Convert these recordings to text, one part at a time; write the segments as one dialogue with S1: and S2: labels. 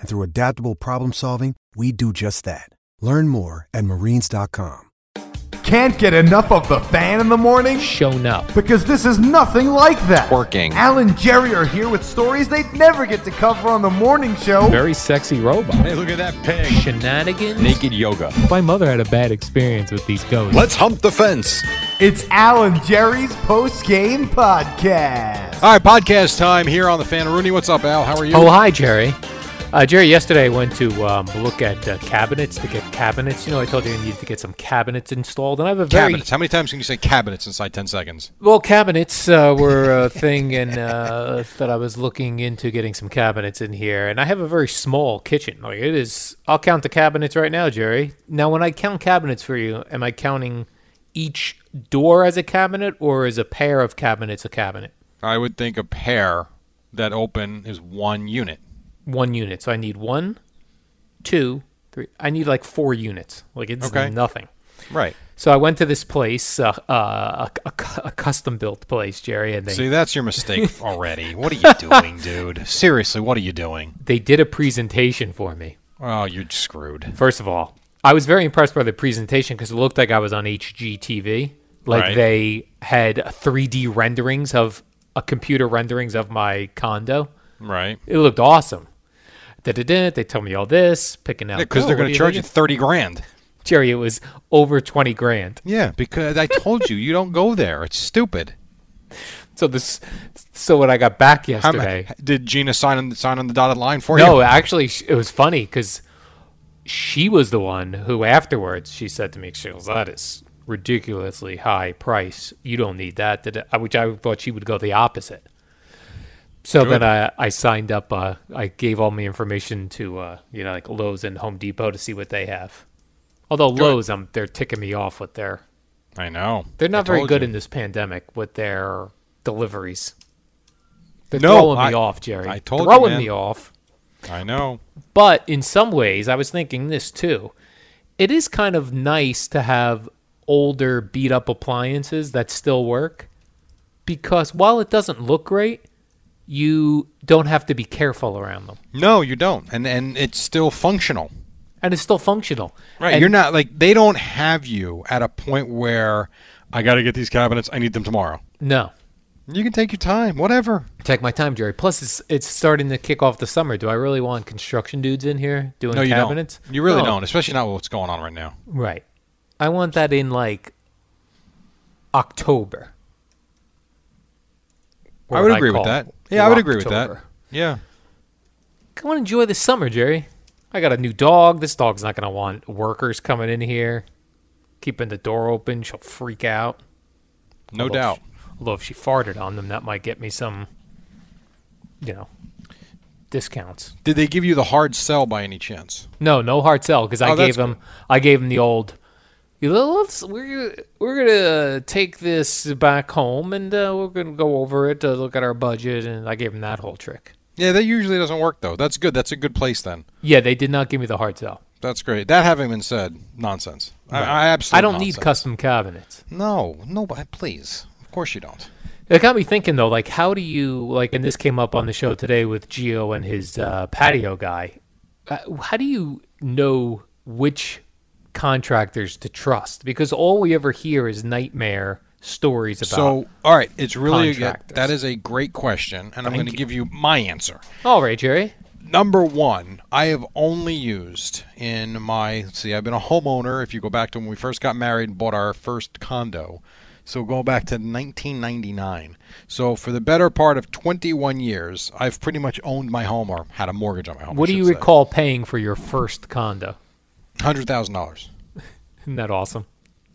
S1: And through adaptable problem solving, we do just that. Learn more at marines.com.
S2: Can't get enough of the fan in the morning?
S3: shown up.
S2: Because this is nothing like that.
S4: Working.
S2: Al and Jerry are here with stories they'd never get to cover on the morning show.
S3: Very sexy robot.
S4: Hey, look at that pig.
S3: Shenanigans.
S4: Naked yoga.
S3: My mother had a bad experience with these ghosts.
S4: hump the fence.
S2: It's Al and Jerry's post game podcast.
S4: All right, podcast time here on the Fan Rooney. What's up, Al? How are you?
S3: Oh, hi, Jerry. Uh, Jerry, yesterday I went to um, look at uh, cabinets to get cabinets. You know, I told you I needed to get some cabinets installed, and I have a very
S4: cabinets. How many times can you say cabinets inside 10 seconds?
S3: well. Cabinets uh, were a thing, and uh, that I was looking into getting some cabinets in here. And I have a very small kitchen. Like it is, I'll count the cabinets right now, Jerry. Now, when I count cabinets for you, am I counting each door as a cabinet, or is a pair of cabinets a cabinet?
S4: I would think a pair that open is one unit.
S3: one unit. So I need one, two, three. I need like four units. Like it's
S4: Okay.
S3: nothing.
S4: Right.
S3: So I went to this place, uh, uh, a, a- a custom built place, Jerry, and they,
S4: See, that's your mistake already. What are you doing, dude? Seriously, what are you doing?
S3: they did a presentation for me.
S4: Oh, you're screwed.
S3: First of all, I was very impressed by the presentation because it looked like I was on HGTV. Like
S4: Right.
S3: they had 3D renderings of uh, computer renderings of my condo.
S4: Right.
S3: It looked awesome. Da-da-da, they tell me all this, picking out
S4: Because
S3: "Oh,
S4: they're
S3: what
S4: going
S3: do
S4: to
S3: you
S4: charge you
S3: think
S4: 30 grand.
S3: it-" Jerry, it was over twenty grand.
S4: Yeah, because I told you, you don't go there. It's stupid.
S3: So this, so when I got back
S4: How m-
S3: yesterday,
S4: did Gina sign on, sign on the dotted line for you?
S3: no, actually, sh- it was funny because she was the one who afterwards she said to me, "She goes, that is ridiculously high price. You don't need that." da- da- I- Which I thought she would go the opposite. So then I, I signed up. Uh, I gave all my information to uh, you know like Lowe's and Home Depot to see what they have. Although Lowe's, um, they're ticking me off with their
S4: I know.
S3: they're
S4: I
S3: not very
S4: told
S3: good
S4: you.
S3: in this pandemic with their deliveries. They're
S4: No,
S3: throwing
S4: I-
S3: me off, Jerry.
S4: I told you,
S3: throwing
S4: man.
S3: me off.
S4: I know.
S3: But in some ways, I was thinking this too. It is kind of nice to have older, beat up appliances that still work because while it doesn't look great, you don't have to be careful around them,
S4: No, you don't. And and it's still functional.
S3: and it's still functional.
S4: Right.
S3: And
S4: You're not like they don't have you at a point where I got to get these cabinets. I need them tomorrow.
S3: no.
S4: You can take your time, whatever.
S3: Take my time, Jerry. Plus, it's it's starting to kick off the summer. Do I really want construction dudes in here doing
S4: No, you
S3: cabinets?
S4: don't. You really
S3: No.
S4: don't, especially not with what's going on right now.
S3: Right. I want that in like October.
S4: I
S3: Or
S4: would
S3: what
S4: agree with
S3: call
S4: that. Yeah, I would agree with that.
S3: Rocktober.
S4: Yeah.
S3: Come on, enjoy the summer, Jerry. I got a new dog. This dog's not gonna want workers coming in here, keeping the door open. She'll freak out.
S4: No
S3: Although
S4: doubt.
S3: if- although if she farted on them, that might get me some, you know, discounts.
S4: Did they give you the hard sell by any chance?
S3: No, no hard sell because I
S4: Oh, that's
S3: gave him I gave him the old. "You know, Let's we're we're gonna take this back home and uh, we're gonna go over it to look at our budget and I gave him that whole trick.
S4: Yeah, that usually doesn't work though. That's good. That's a good place then.
S3: Yeah, they did not give me the hard sell.
S4: That's great. That having been said, nonsense. I, I absolutely
S3: I don't need custom cabinets.
S4: No, no, but please. Of course you don't.
S3: It got me thinking though, like how do you like? And this came up on the show today with Gio and his uh, patio guy. uh, how do you know which contractors to trust? Because all we ever hear is nightmare stories about.
S4: So, all right, it's really a good,
S3: contractors.
S4: that is a great question, and I'm going to give you my answer.
S3: all right, Jerry.
S4: Number one, I have only used in my let's see. I've been a homeowner. If you go back to when we first got married and bought our first condo, so go back to 1999. So for the better part of 21 years, I've pretty much owned my home or had a mortgage on my home.
S3: What do you recall paying for your first condo?
S4: Hundred thousand dollars.
S3: Isn't that awesome?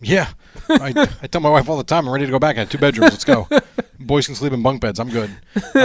S4: Yeah, I, I tell my wife all the time, I'm ready to go back. I have two bedrooms. Let's go. Boys can sleep in bunk beds. I'm good.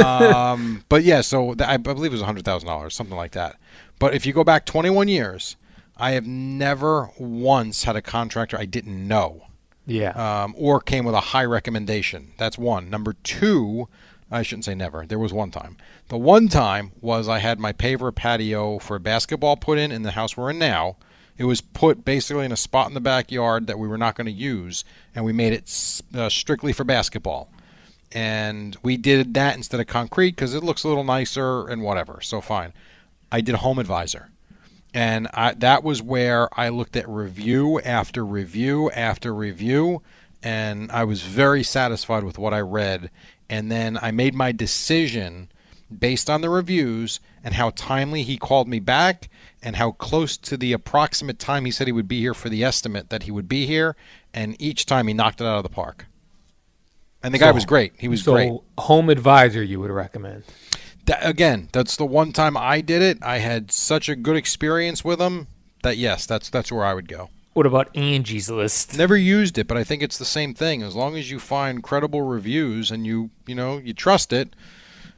S4: Um, but yeah, so th- I, I believe it was hundred thousand dollars, something like that. But if you go back 21 years, I have never once had a contractor I didn't know
S3: Yeah.
S4: um, or came with a high recommendation. That's one. Number two, I shouldn't say never. There was one time. The one time was I had my paver patio for basketball put in in the house we're in now. It was put basically in a spot in the backyard that we were not going to use, and we made it s- uh, strictly for basketball. And we did that instead of concrete because it looks a little nicer and whatever. So fine. I did Home Advisor and I, that was where I looked at review after review after review, and I was very satisfied with what I read. And then I made my decision based on the reviews and how timely he called me back, and how close to the approximate time he said he would be here for the estimate that he would be here. And each time he knocked it out of the park. And the guy was great. He was
S3: so,
S4: great.
S3: home advisor, you would recommend?
S4: That, again, that's the one time I did it. I had such a good experience with them that yes, that's that's where I would go.
S3: What about Angie's List?
S4: Never used it, but I think it's the same thing. As long as you find credible reviews and you you know you trust it,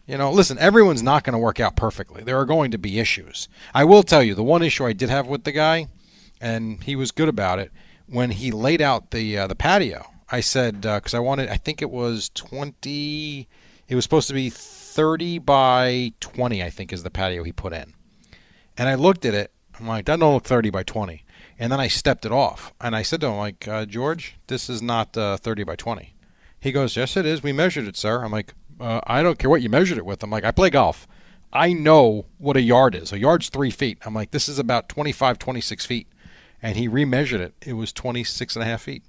S4: you know. Listen, everyone's not going to work out perfectly. There are going to be issues. I will tell you the one issue I did have with the guy, and he was good about it when he laid out the uh, the patio. I said because I wanted I think it was twenty. It was supposed to be thirty by twenty. I think is the patio he put in. And I looked at it. I'm like, that don't look 30 by 20. And then I stepped it off. And I said to him, like, uh, George, this is not uh, 30 by 20. He goes, yes, it is. We measured it, sir. I'm like, uh, I don't care what you measured it with. I'm like, I play golf. I know what a yard is. A yard's three feet. I'm like, this is about 25, 26 feet. And he remeasured it. It was 26 and a half feet.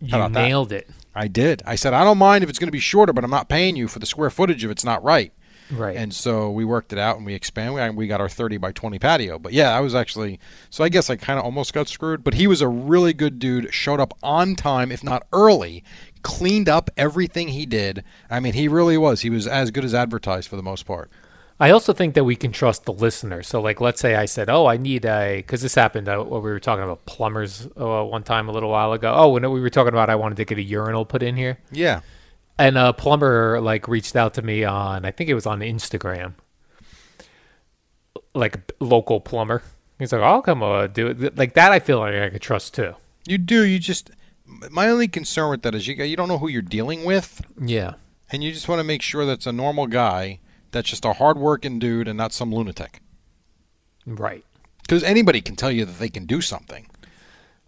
S3: You
S4: about that?
S3: nailed it.
S4: I did. I said, I don't mind if it's going to be shorter, but I'm not paying you for the square footage if it's not right.
S3: Right.
S4: And so we worked it out and we expanded and we got our 30 by 20 patio. But yeah, I was actually, so I guess I kind of almost got screwed. But he was a really good dude, showed up on time, if not early, cleaned up everything he did. I mean, he really was. He was as good as advertised for the most part.
S3: I also think that we can trust the listener. So, like, let's say I said, "Oh, I need a," because this happened uh, when we were talking about plumbers uh, one time a little while ago. Oh, when we were talking about I wanted to get a urinal put in here,
S4: Yeah.
S3: and a plumber like reached out to me on I think it was on Instagram, like a local plumber. He's like, "I'll come uh, do it." Like that, I feel like I could trust too.
S4: You do. You just, my only concern with that is you, you don't know who you're dealing with.
S3: Yeah.
S4: and you just want to make sure that's a normal guy that's just a hardworking dude and not some lunatic.
S3: Right.
S4: Because anybody can tell you that they can do something.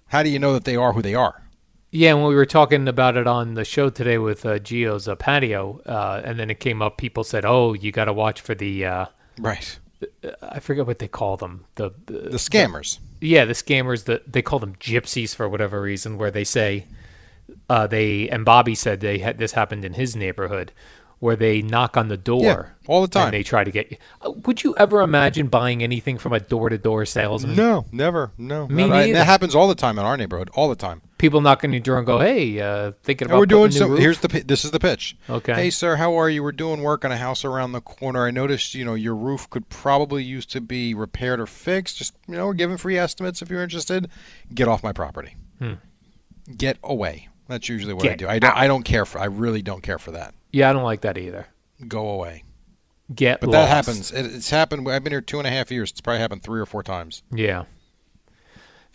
S4: How do you know that they are who they are?
S3: Yeah, and when we were talking about it on the show today with uh, Gio's uh, patio, uh, and then it came up. People said, "Oh, you got to watch for the." Uh,
S4: Right.
S3: I forget what they call them. The, the
S4: Uh, The scammers.
S3: yeah, the scammers. The, they call them gypsies for whatever reason, where they say uh, they and Bobby said they had this happened in his neighborhood, where they knock on the door
S4: all the time.
S3: And they try to get you. Uh, Would you ever imagine buying anything from a door-to-door salesman?
S4: No, never. No.
S3: Me
S4: not- I-
S3: neither.
S4: that happens all the time in our neighborhood, all the time.
S3: People knock on your door and go, "Hey, uh, thinking
S4: And
S3: about
S4: we're doing
S3: putting a new
S4: some.
S3: roof?"
S4: Here's the. pi- This is the pitch.
S3: Okay.
S4: Hey, sir, how are you? We're doing work on a house around the corner. I noticed, you know, your roof could probably use to be repaired or fixed. Just, you know, we're giving free estimates if you're interested. Get off my property. Get away. That's usually what I
S3: Hmm. Get
S4: do. I don't. I don't care for. I really don't care for that.
S3: yeah, I don't like that either.
S4: Go away.
S3: Get
S4: But that
S3: lost.
S4: happens. It, it's happened. I've been here two and a half years. It's probably happened three or four times.
S3: Yeah.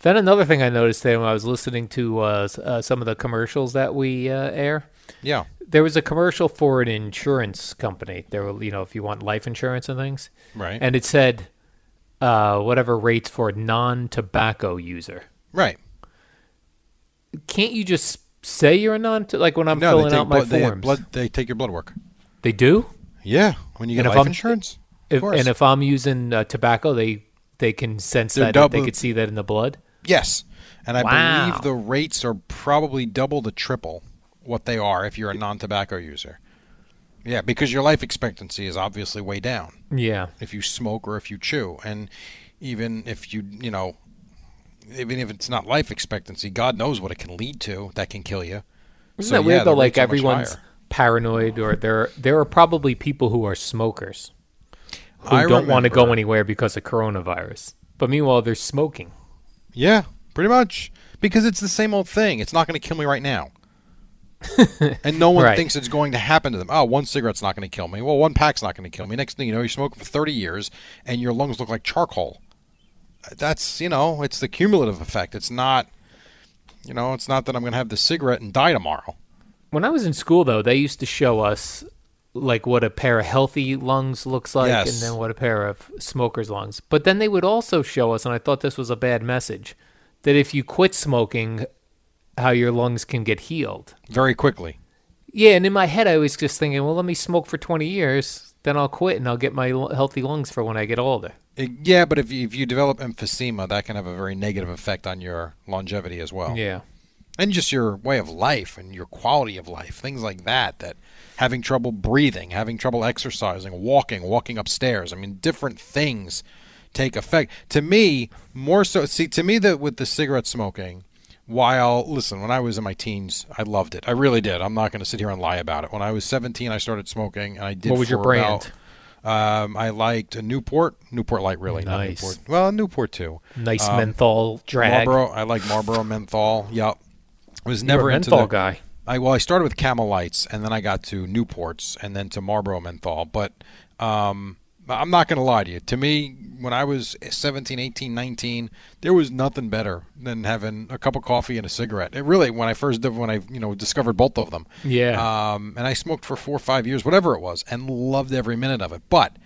S3: Then another thing I noticed today when I was listening to uh, s- uh, some of the commercials that we uh, air,
S4: Yeah.
S3: there was a commercial for an insurance company. There were, you know, if you want life insurance and things,
S4: Right.
S3: And it said uh, whatever rates for non-tobacco user.
S4: Right.
S3: Can't you just say you're a non? Like when I'm
S4: no, they
S3: filling
S4: take
S3: out my
S4: blood, They, have
S3: forms,
S4: blood, they take your blood work.
S3: they do.
S4: Yeah. When you get
S3: And if
S4: life
S3: I'm-
S4: insurance.
S3: If,
S4: course.
S3: and if I'm using uh, tobacco, they they can sense
S4: They're
S3: that that they
S4: double-
S3: could see that in the blood.
S4: Yes, and I
S3: Wow.
S4: believe the rates are probably double to triple what they are if you're a non-tobacco user. Yeah, because your life expectancy is obviously way down
S3: Yeah.
S4: if you smoke or if you chew, and even if you you know, even if it's not life expectancy, God knows what it can lead to that can kill you.
S3: Isn't
S4: So,
S3: that
S4: yeah,
S3: weird though?
S4: the
S3: Like
S4: rates are much
S3: everyone's
S4: higher.
S3: paranoid, or there there are probably people who are smokers who
S4: I
S3: don't want to go
S4: remember-
S3: anywhere because of coronavirus. But meanwhile, they're smoking.
S4: Yeah, pretty much. Because it's the same old thing. It's not going to kill me right now. and no one
S3: Right.
S4: thinks it's going to happen to them. Oh, one cigarette's not going to kill me. Well, one pack's not going to kill me. Next thing you know, you're smoking for 30 years and your lungs look like charcoal. That's, you know, it's the cumulative effect. It's not, you know, it's not that I'm going to have the cigarette and die tomorrow.
S3: When I was in school, though, they used to show us like what a pair of healthy lungs looks like,
S4: Yes.
S3: and then what a pair of smokers' lungs. But then they would also show us, and I thought this was a bad message, that if you quit smoking, how your lungs can get healed.
S4: Very quickly.
S3: Yeah, and in my head, I was just thinking, well, let me smoke for 20 years, then I'll quit, and I'll get my l- healthy lungs for when I get older.
S4: It, yeah, but if you, if you develop emphysema, that can have a very negative effect on your longevity as well.
S3: Yeah.
S4: and just your way of life and your quality of life, things like that. That having trouble breathing, having trouble exercising, walking, walking upstairs. I mean, different things take effect. To me, more so. See, to me, that with the cigarette smoking. While listen, when I was in my teens, I loved it. I really did. I'm not going to sit here and lie about it. When I was 17, I started smoking, and I did.
S3: What was your
S4: for
S3: brand?
S4: about- um, I liked a Newport, Newport Light, really. not
S3: Nice.
S4: Newport. Well, Newport too.
S3: Nice menthol drag.
S4: Um, Marlboro. I like Marlboro menthol. Yep. I was
S3: You're
S4: never
S3: a
S4: into
S3: menthol
S4: the,
S3: guy.
S4: I well, I started with Camel Lights, and then I got to Newports, and then to Marlboro Menthol. But um, I'm not going to lie to you. To me, when I was 17, 18, 19, there was nothing better than having a cup of coffee and a cigarette. It really, when I first did, when I you know discovered both of them.
S3: Yeah.
S4: Um, and I smoked for four or five years, whatever it was, and loved every minute of it. But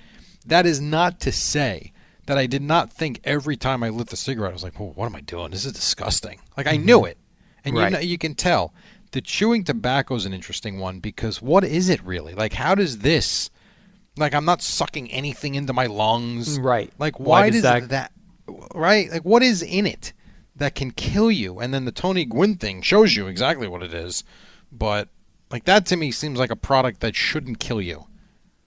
S4: that is not to say that I did not think every time I lit the cigarette, I was like, well, what am I doing? This is disgusting. Like, I knew it. And
S3: Right.
S4: you, know, you can tell. The chewing tobacco is an interesting one because what is it really? Like, how does this, like, I'm not sucking anything into my lungs.
S3: Right.
S4: Like, why,
S3: Why
S4: does
S3: does
S4: that, right? Like, what is in it that can kill you? And then the Tony Gwynn thing shows you exactly what it is. But, like, that to me seems like a product that shouldn't kill you.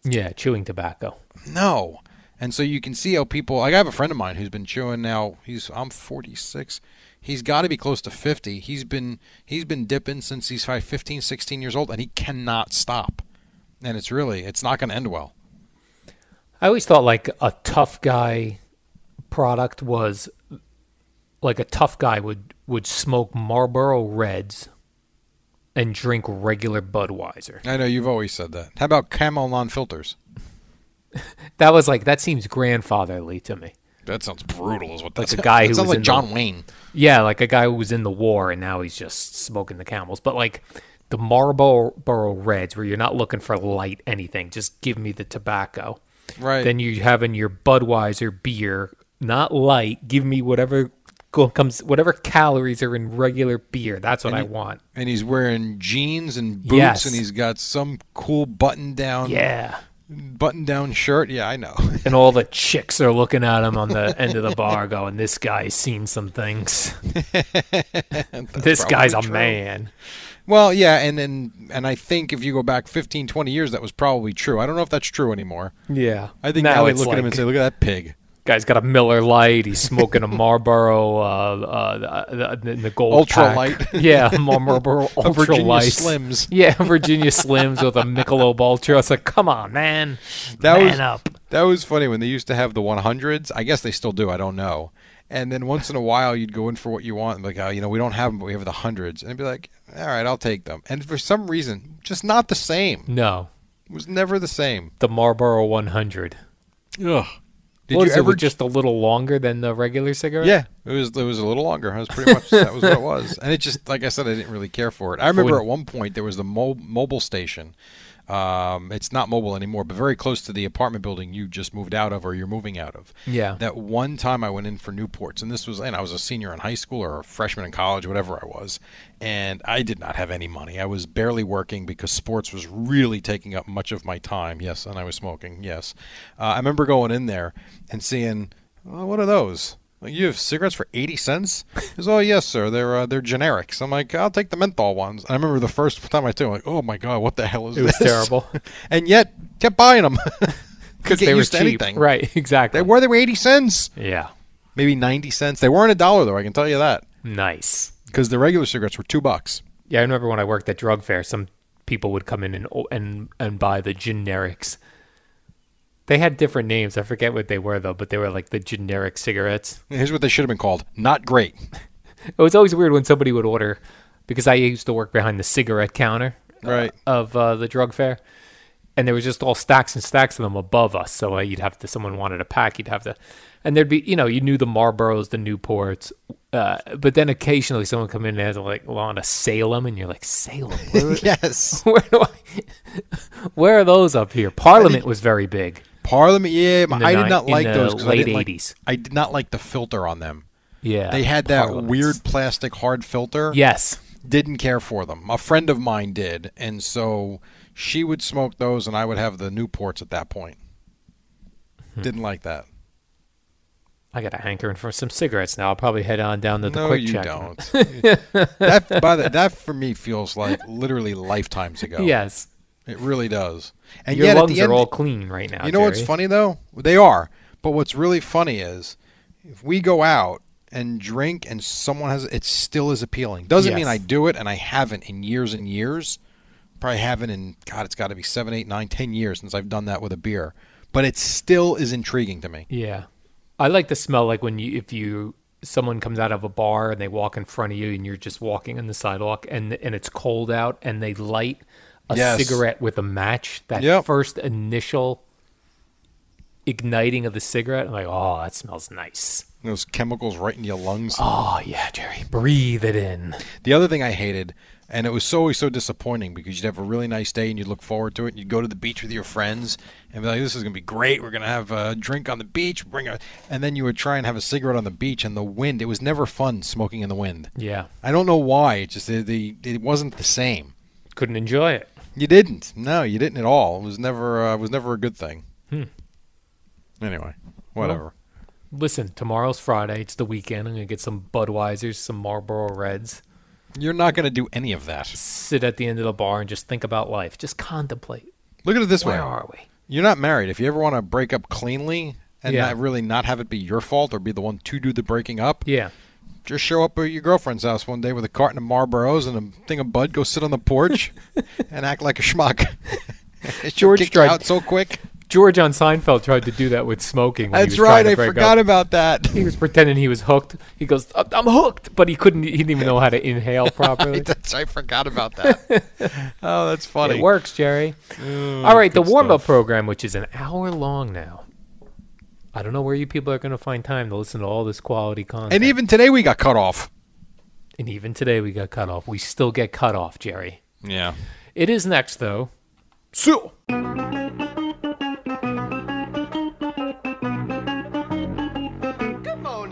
S3: Yeah, chewing tobacco.
S4: No. And so you can see how people like I have a friend of mine who's been chewing now he's I'm 46. He's got to be close to 50. He's been he's been dipping since he's five, 15, 16 years old and he cannot stop. And it's really it's not going to end well.
S3: I always thought like a tough guy product was like a tough guy would would smoke Marlboro Reds and drink regular Budweiser.
S4: I know you've always said that. How about Camel non-filters?
S3: That was like that seems grandfatherly to me.
S4: That sounds brutal is what
S3: Like
S4: that's
S3: a guy who
S4: sounds
S3: was
S4: like
S3: in the-
S4: John Wayne.
S3: Yeah, like a guy who was in the war and now he's just smoking the camels. But like the Marlboro Reds where you're not looking for light anything, just give me the tobacco.
S4: Right.
S3: Then you have in your Budweiser beer, not light, give me whatever go- comes whatever calories are in regular beer. That's what I want.
S4: and he's wearing jeans and boots
S3: Yes.
S4: and he's got some cool button-down
S3: Yeah.
S4: button-down shirt. Yeah, I know.
S3: And all the chicks are looking at him on the end of the bar going, This guy's seen some things. this guy's a
S4: probably true.
S3: man.
S4: Well, yeah, and and, and I think if you go back 15, 20 years, that was probably true. I don't know if that's true anymore.
S3: Yeah.
S4: I think now, they
S3: it's
S4: look at him
S3: like-
S4: and say, "Look at that pig."
S3: Guy's got a Miller Light. He's smoking a Marlboro, uh, uh, the, the gold
S4: Ultra
S3: pack.
S4: light.
S3: Yeah, Mar- Marlboro Ultra
S4: Virginia
S3: Light.
S4: Slims.
S3: Yeah, Virginia Slims with a Michelob Ultra. It's like, come on, man,
S4: That
S3: man
S4: was
S3: up.
S4: that was funny when they used to have the 100s. I guess they still do. I don't know. And then once in a while, you'd go in for what you want, and be like, oh, you know, we don't have them, but we have the hundreds, and I'd be like, all right, I'll take them. And for some reason, just not the same.
S3: No,
S4: It was never the same.
S3: the Marlboro 100.
S4: Ugh. Did
S3: What
S4: you
S3: is it,
S4: ever?
S3: was just a little longer than the regular cigarette?
S4: yeah, it was. It was a little longer. It was pretty much that was what it was, and it just like I said, I didn't really care for it. I remember
S3: When-
S4: at one point there was the mo- mobile station. Um, it's not mobile anymore, but very close to the apartment building you just moved out of or you're moving out of.
S3: Yeah.
S4: That one time I went in for Newports, and this was, and I was a senior in high school or a freshman in college, whatever I was, and I did not have any money. I was barely working because sports was really taking up much of my time. Yes, and I was smoking. Yes, uh, I remember going in there and seeing Uh, what are those? Like, you have cigarettes for eighty cents? He's oh yes, sir. They're uh, they're generics. I'm like, I'll take the menthol ones. I remember the first time I took, them, like, oh my god, what the hell is
S3: It was
S4: this?
S3: terrible.
S4: and yet kept buying them
S3: because they were cheap. Right, exactly.
S4: They were they were eighty cents,
S3: Yeah,
S4: maybe ninety cents. They weren't a dollar though. I can tell you that
S3: nice.
S4: because the regular cigarettes were two bucks.
S3: Yeah, I remember when I worked at drug fair, some people would come in and and and buy the generics. They had different names. I forget what they were though, but they were like the generic cigarettes.
S4: Here's what they should have been called: not great.
S3: It was always weird when somebody would order because I used to work behind the cigarette counter uh,
S4: Right.
S3: of uh, the drug fair, and there was just all stacks and stacks of them above us. So uh, you'd have to someone wanted a pack, you'd have to, and there'd be you know you knew the Marlboros, the Newports, uh, but then occasionally someone come in and had like want a Salem, and you're like Salem, where,
S4: yes.
S3: where do I, where are those up here? Parliament was very big.
S4: Parliament. Yeah,
S3: the
S4: I did
S3: ni-
S4: not
S3: in
S4: like
S3: the
S4: those. 'cause I
S3: late
S4: didn't like-
S3: 80s.
S4: I did not like the filter on them.
S3: Yeah,
S4: They had that
S3: Parliaments.
S4: weird plastic hard filter.
S3: Yes,
S4: didn't care for them. A friend of mine did, and so she would smoke those, and I would have the Newports at that point.
S3: Hmm.
S4: Didn't like that.
S3: I got a hankering for some cigarettes now. I'll probably head on down to the
S4: no,
S3: quick
S4: you
S3: check.
S4: don't. that by the, that for me feels like literally lifetimes ago.
S3: Yes.
S4: it really does. And
S3: Your
S4: yet, at
S3: lungs
S4: the
S3: are
S4: end,
S3: all clean right now.
S4: you know what's
S3: Jerry.
S4: funny though? They are. But what's really funny is if we go out and drink, and someone has it, still is appealing. Doesn't mean
S3: Yes.
S4: I do it, and I haven't in years and years. Probably haven't in God, it's got to be seven, eight, nine, ten years since I've done that with a beer. But it still is intriguing to me.
S3: Yeah, I like the smell. Like when you, if you, someone comes out of a bar and they walk in front of you, and you're just walking on the sidewalk, and and it's cold out, and they light a
S4: Yes.
S3: cigarette with a match. That
S4: Yep.
S3: first initial igniting of the cigarette. I'm like, oh, that smells nice.
S4: Those chemicals right in your lungs.
S3: Oh yeah, Jerry, breathe it in.
S4: The other thing I hated, and it was so always so disappointing because you'd have a really nice day and you'd look forward to it, and you'd go to the beach with your friends and be like, "This is gonna be great. We're gonna have a drink on the beach. Bring a," and then you would try and have a cigarette on the beach, and the wind. It was never fun smoking in the wind.
S3: Yeah,
S4: I don't know why. It just the, the it wasn't the same.
S3: couldn't enjoy it.
S4: You didn't. No, you didn't at all. It was never uh, it was never a good thing. Anyway, whatever.
S3: Listen, tomorrow's Friday. It's the weekend. I'm gonna get some Budweisers, some Marlboro Reds.
S4: You're not gonna do any of that.
S3: Sit at the end of the bar and just think about life. Just contemplate.
S4: Look at it this
S3: Where
S4: way.
S3: are we?
S4: You're not married. If you ever want to break up cleanly and
S3: Yeah.
S4: not really not have it be your fault or be the one to do the breaking up,
S3: Yeah.
S4: just show up at your girlfriend's house one day with a carton of Marlboros and a thing of Bud, go sit on the porch and act like a schmuck. She'll
S3: George
S4: kick you
S3: tried-
S4: out so quick.
S3: George on Seinfeld tried to do that with smoking. When
S4: That's
S3: he was trying
S4: right.
S3: to
S4: I
S3: break
S4: forgot
S3: Up.
S4: about that.
S3: He was pretending he was hooked. He goes, "I'm I'm hooked," but he couldn't. He didn't even know how to inhale properly.
S4: That's, I forgot about that. oh, that's funny.
S3: it works, Jerry.
S4: Mm,
S3: All right, the warm up program, which is an hour long now. I don't know where you people are going to find time to listen to all this quality content.
S4: And even today we got cut off.
S3: and even today, we got cut off. We still get cut off, Jerry.
S4: Yeah.
S3: It is next, though.
S4: So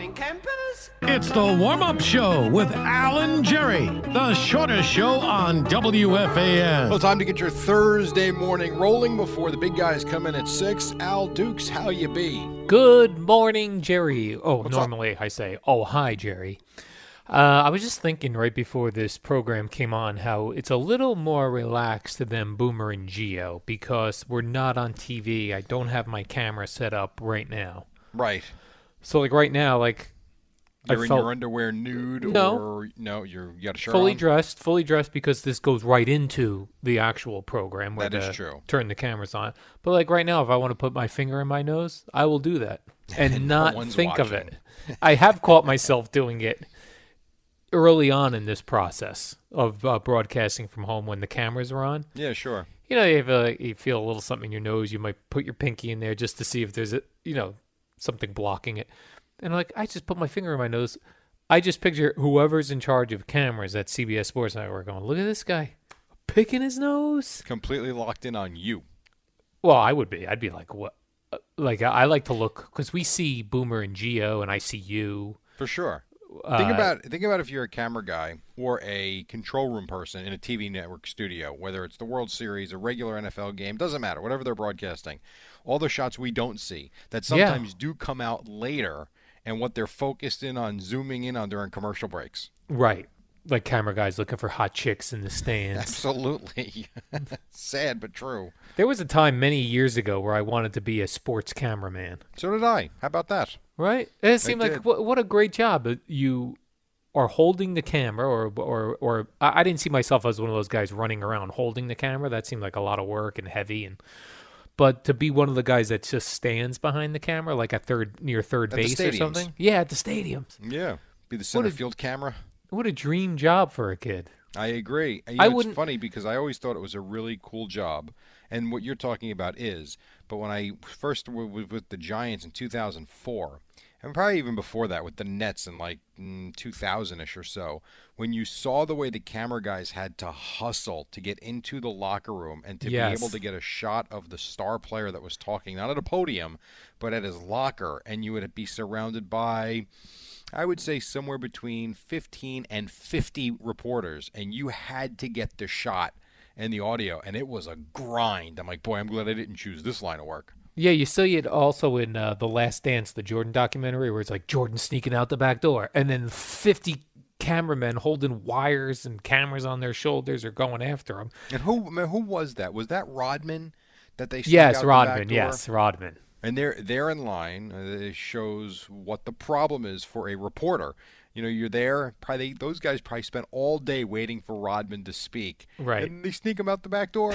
S5: It's the warm up show with Alan Jerry, the shortest show on
S4: Well,
S5: WFAN.
S4: time to get your Thursday morning rolling before the big guys come in at six. Al Dukes, how you be?
S3: Good morning, Jerry. Oh, normally I say, "Oh, hi, Jerry." Uh, I was just thinking right before this program came on how it's a little more relaxed than Boomer and Geo because we're not on TV. I don't have my camera set up right now,
S4: Right.
S3: so like right now, like I
S4: You're in
S3: felt-
S4: your underwear nude
S3: No.
S4: or no, you're you got a shirt
S3: fully
S4: on?
S3: dressed, fully dressed because this goes right into the actual program where
S4: That is
S3: the-
S4: true.
S3: turn the cameras on. But like right now, if I want to put my finger in my nose, I will do that and, not
S4: one's
S3: think of it.
S4: watching.
S3: I have caught myself doing it early on in this process of uh, broadcasting from home when the cameras are on.
S4: Yeah, sure.
S3: You know, you, have a, you feel a little something in your nose. You might put your pinky in there just to see if there's a you know something blocking it. And like I just put my finger in my nose. I just picture whoever's in charge of cameras at CBS Sports Network going, "Look at this guy picking his nose."
S4: Completely locked in on you.
S3: Well, I would be. I'd be like, what? uh, Like, I I like to look because we see Boomer and Geo, and I see you.
S4: For sure. Uh, Think about think about if you're a camera guy or a control room person in a TV network studio, whether it's the World Series, a regular NFL game, doesn't matter, whatever they're broadcasting. All the shots we don't see that
S3: Yeah.
S4: sometimes do come out later and what they're focused in on zooming in on during commercial breaks.
S3: Right. Like camera guys looking for hot chicks in the stands.
S4: Absolutely. Sad but true.
S3: There was a time many years ago where I wanted to be a sports cameraman.
S4: So did I. How about that?
S3: Right? And it seemed like
S4: did.
S3: what, what a great job that you are holding the camera, or or or I, I didn't see myself as one of those guys running around holding the camera. That seemed like a lot of work and heavy and. But to be one of the guys that just stands behind the camera, like at third near third
S4: At the
S3: base or
S4: stadiums.
S3: something, yeah, at the stadiums.
S4: Yeah. Be the center
S3: did-
S4: field camera.
S3: What a dream job for a kid.
S4: I agree. And, you
S3: I
S4: know, it's
S3: wouldn't-
S4: funny because I always thought it was a really cool job, and what you're talking about is. But when I first w- was with the Giants in 2004, and probably even before that with the Nets in like 2000 ish or so, when you saw the way the camera guys had to hustle to get into the locker room and to be
S3: Yes.
S4: able to get a shot of the star player that was talking, not at a podium, but at his locker, and you would be surrounded by I would say somewhere between 15 and 50 reporters, and you had to get the shot and the audio, and it was a grind. I'm like, boy, I'm glad I didn't choose this line of work.
S3: Yeah, you see it also in uh, the Last Dance, the Jordan documentary, where it's like Jordan sneaking out the back door, and then fifty cameramen holding wires and cameras on their shoulders are going after him.
S4: And who I mean, who was that? Was that Rodman that they? stuck out
S3: yes,
S4: the back
S3: Rodman.
S4: door?
S3: Yes, Rodman.
S4: And they're they're in line. Uh, It shows what the problem is for a reporter. You know, you're there. Probably those guys probably spent all day waiting for Rodman to speak.
S3: Right.
S4: And they sneak him out the back door,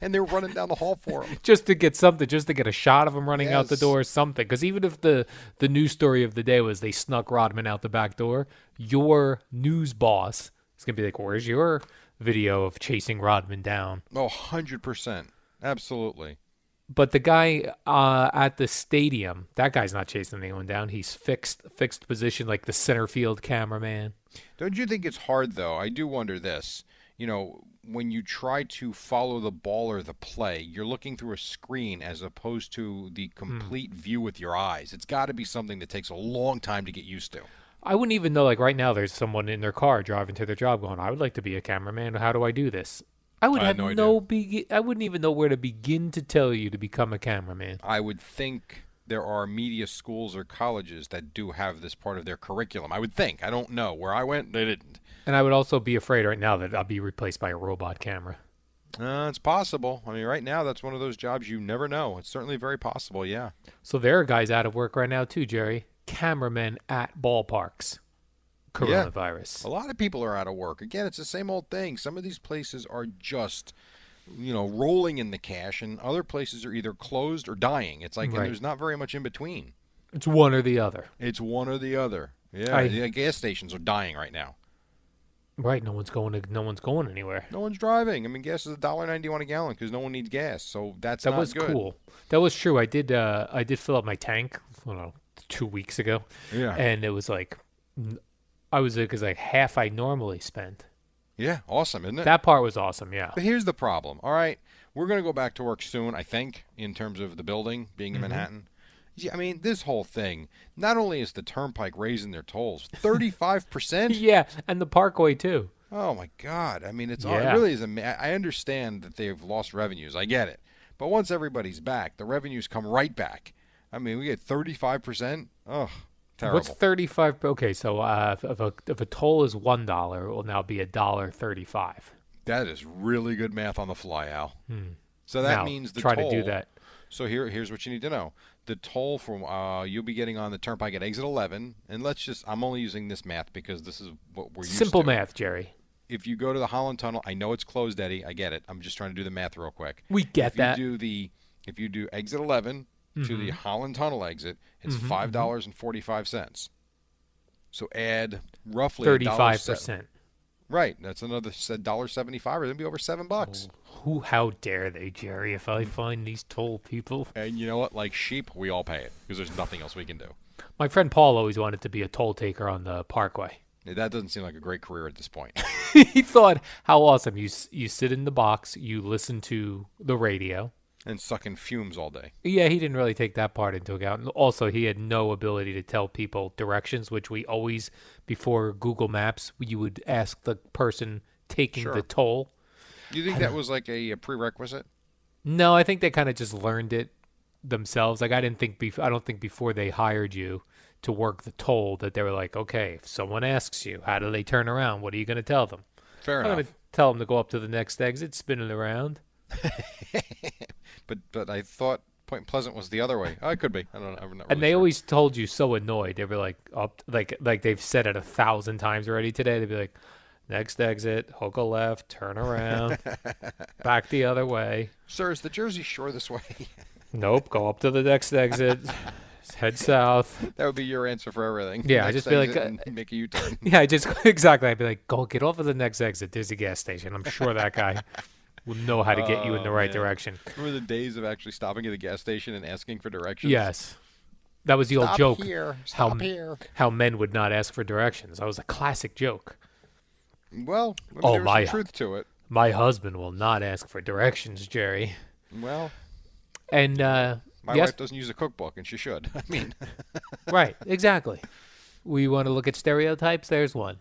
S4: and they're running down the hall for him.
S3: Just to get something, just to get a shot of him running out the
S4: Yes.
S3: door, or something. Because even if the the news story of the day was they snuck Rodman out the back door, your news boss is gonna be like, "Where's your video of chasing Rodman down?"
S4: Oh, 100%. Absolutely.
S3: But the guy uh, at the stadium, that guy's not chasing anyone down. He's fixed fixed position like the center field cameraman.
S4: Don't you think it's hard though? I do wonder this. You know, when you try to follow the ball or the play, you're looking through a screen as opposed to the complete view with your eyes. It's got to be something that takes a long time to get used to.
S3: I wouldn't even know like right now there's someone in their car driving to their job going, I would like to be a cameraman. How do I do this? I would
S4: I
S3: have
S4: had
S3: no,
S4: no
S3: be- I wouldn't even know where to begin to tell you to become a cameraman.
S4: I would think there are media schools or colleges that do have this part of their curriculum. I would think. I don't know. Where I went, they didn't.
S3: And I would also be afraid right now that I'll be replaced by a robot camera.
S4: Uh, it's possible. I mean, right now, that's one of those jobs you never know. It's certainly very possible, yeah.
S3: So there are guys out of work right now too, Jerry. Cameramen at ballparks.
S4: Yeah.
S3: Coronavirus.
S4: A lot of people are out of work. Again, it's the same old thing. Some of these places are just, you know, rolling in the cash, and other places are either closed or dying. It's like and
S3: Right.
S4: there's not very much in between.
S3: It's one or the other.
S4: It's one or the other. Yeah,
S3: I-
S4: the gas stations are dying right now.
S3: Right, no one's going to, no one's going anywhere.
S4: No one's driving. I mean, gas is $1.91 a gallon because no one needs gas, so that's
S3: that
S4: not
S3: was
S4: good.
S3: cool. That was true. I did. Uh, I did fill up my tank. I don't know, two weeks ago.
S4: Yeah.
S3: And it was like, n- I was because like half I normally spent.
S4: Yeah, awesome, isn't it?
S3: That part was awesome. Yeah.
S4: But here's the problem. All right, we're going to go back to work soon, I think, in terms of the building being
S3: Mm-hmm.
S4: in Manhattan. Yeah, I mean, this whole thing. Not only is the turnpike raising their tolls, thirty-five percent.
S3: Yeah, and the Parkway too.
S4: Oh my God! I mean, it's
S3: Yeah.
S4: it really is. ama- I understand that they've lost revenues. I get it. But once everybody's back, the revenues come right back. I mean, we get thirty-five percent. Oh, terrible.
S3: What's thirty-five? Okay, so uh, if, if a if a toll is one dollar, it will now be a dollar thirty-five.
S4: that is really good math on the fly, Al. So that
S3: Hmm. now,
S4: means the
S3: try
S4: toll,
S3: to do that.
S4: So here, here's what you need to know: the toll from uh, you'll be getting on the turnpike at exit 11, and let's just—I'm only using this math because this is what we're used
S3: Simple
S4: to.
S3: math, Jerry.
S4: If you go to the Holland Tunnel, I know it's closed, Eddie. I get it. I'm just trying to do the math real quick.
S3: We get
S4: if
S3: that. Mm-hmm.
S4: You do the if you do exit 11 to the Holland Tunnel exit, it's five dollars and forty-five cents. So add roughly a dollar
S3: Thirty-five
S4: se-
S3: percent.
S4: Right, that's another dollar seventy-five, or it'd be over seven bucks.
S3: Oh. Who? How dare they, Jerry? If I find these toll people.
S4: And you know what? Like sheep, we all pay it because there's nothing else we can do.
S3: My friend Paul always wanted to be a toll taker on the Parkway.
S4: That doesn't seem like a great career at this point.
S3: he thought how awesome you s- you sit in the box, you listen to the radio,
S4: and sucking fumes all day.
S3: Yeah, he didn't really take that part into account. And Also, he had no ability to tell people directions, which we always, before Google Maps, you would ask the person taking
S4: Sure.
S3: the toll.
S4: You think that was like a, a prerequisite?
S3: No, I think they kind of just learned it themselves. Like I didn't think bef- I don't think before they hired you to work the toll that they were like, okay, if someone asks you, how do they turn around? What are you going to tell them?
S4: Fair
S3: I'm going
S4: enough.
S3: to tell them to go up to the next exit, spin it around.
S4: But but I thought Point Pleasant was the other way. Oh, it could be. I don't know. I'm not really
S3: and they
S4: sure.
S3: always told you so annoyed. They were like up like like they've said it a thousand times already today. They'd be like, next exit, hook a left, turn around, back the other way.
S4: Sir, is the Jersey Shore this way?
S3: Nope, go up to the next exit, head south.
S4: that would be your answer for everything.
S3: Yeah,
S4: Next
S3: just be like,
S4: exit
S3: uh,
S4: and make a U-turn.
S3: Yeah, I just exactly. I'd be like, go get off of the next exit. There's a gas station. I'm sure that guy will know how to get you in
S4: Oh,
S3: the right direction.
S4: Remember the days of actually stopping at the gas station and asking for directions?
S3: Yes. That was the old
S4: Stop
S3: joke.
S4: here.
S3: how,
S4: Stop here.
S3: how men would not ask for directions. That was a classic joke.
S4: Well, I mean,
S3: Oh,
S4: there was
S3: my.
S4: some truth to it.
S3: My husband will not ask for directions, Jerry.
S4: Well,
S3: And uh
S4: my
S3: yes,
S4: wife doesn't use a cookbook, and she should. I mean,
S3: right, exactly. We want to look at stereotypes. There's one.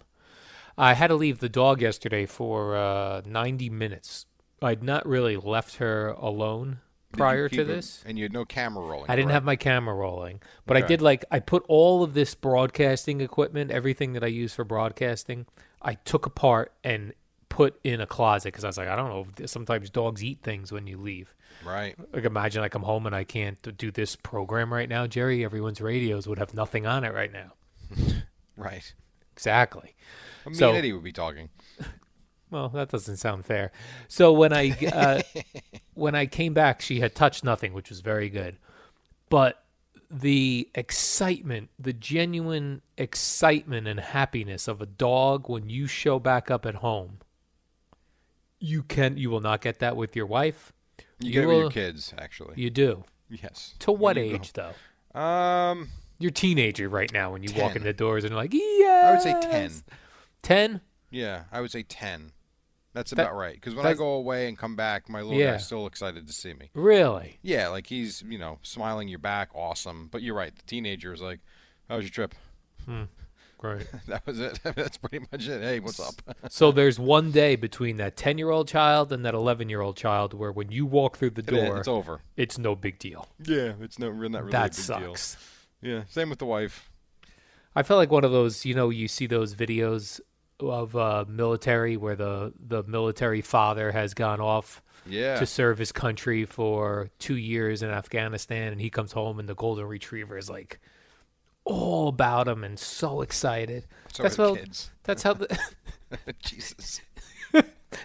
S3: I had to leave the dog yesterday for uh, 90 minutes. I'd not really left her alone
S4: Did you
S3: prior to
S4: keep it-
S3: this.
S4: and you had no camera rolling.
S3: I didn't
S4: correct?
S3: have my camera rolling, but I
S4: Okay.
S3: did like I put all of this broadcasting equipment, everything that I use for broadcasting, I took apart and put in a closet because I was like, I don't know. if- Sometimes dogs eat things when you leave.
S4: right.
S3: Like imagine I come home and I can't do this program right now, Jerry. Everyone's radios would have nothing on it right now.
S4: Right.
S3: Exactly.
S4: Me
S3: So-
S4: and Eddie would be talking.
S3: Well, that doesn't sound fair. So when I uh, when I came back, she had touched nothing, which was very good. But the excitement, the genuine excitement and happiness of a dog when you show back up at home, you can you will not get that with your wife.
S4: You, get it with
S3: will-
S4: your kids, actually.
S3: You do.
S4: yes.
S3: To
S4: When
S3: what
S4: you go-
S3: age though?
S4: Um,
S3: You're a teenager right now when you walk
S4: 10.
S3: in the doors and you're like, yeah.
S4: I would say ten.
S3: Ten?
S4: Yeah, I would say ten. That's
S3: That-
S4: about right. Because when I
S3: that's-
S4: go away and come back, my little
S3: Yeah.
S4: guy's still excited to see me.
S3: Really?
S4: Yeah, like he's you know smiling your back, awesome. But you're right. The teenager is like, "How was your trip?"
S3: Great.
S4: That was it. That's pretty much it. Hey, what's up?
S3: so there's one day between that 10 year old child and that 11 year old child where when you walk through the door,
S4: It's over.
S3: it's no big deal.
S4: Yeah, it's not, not really a
S3: that
S4: big
S3: sucks.
S4: deal. Yeah, same with the wife.
S3: I feel like one of those, you know, you see those videos of uh, military where the, the military father has gone off
S4: Yeah.
S3: to serve his country for two years in Afghanistan, and he comes home and the golden retriever is like all about him and so excited.
S4: So
S3: that's
S4: are the
S3: how.
S4: kids.
S3: That's how. The,
S4: Jesus.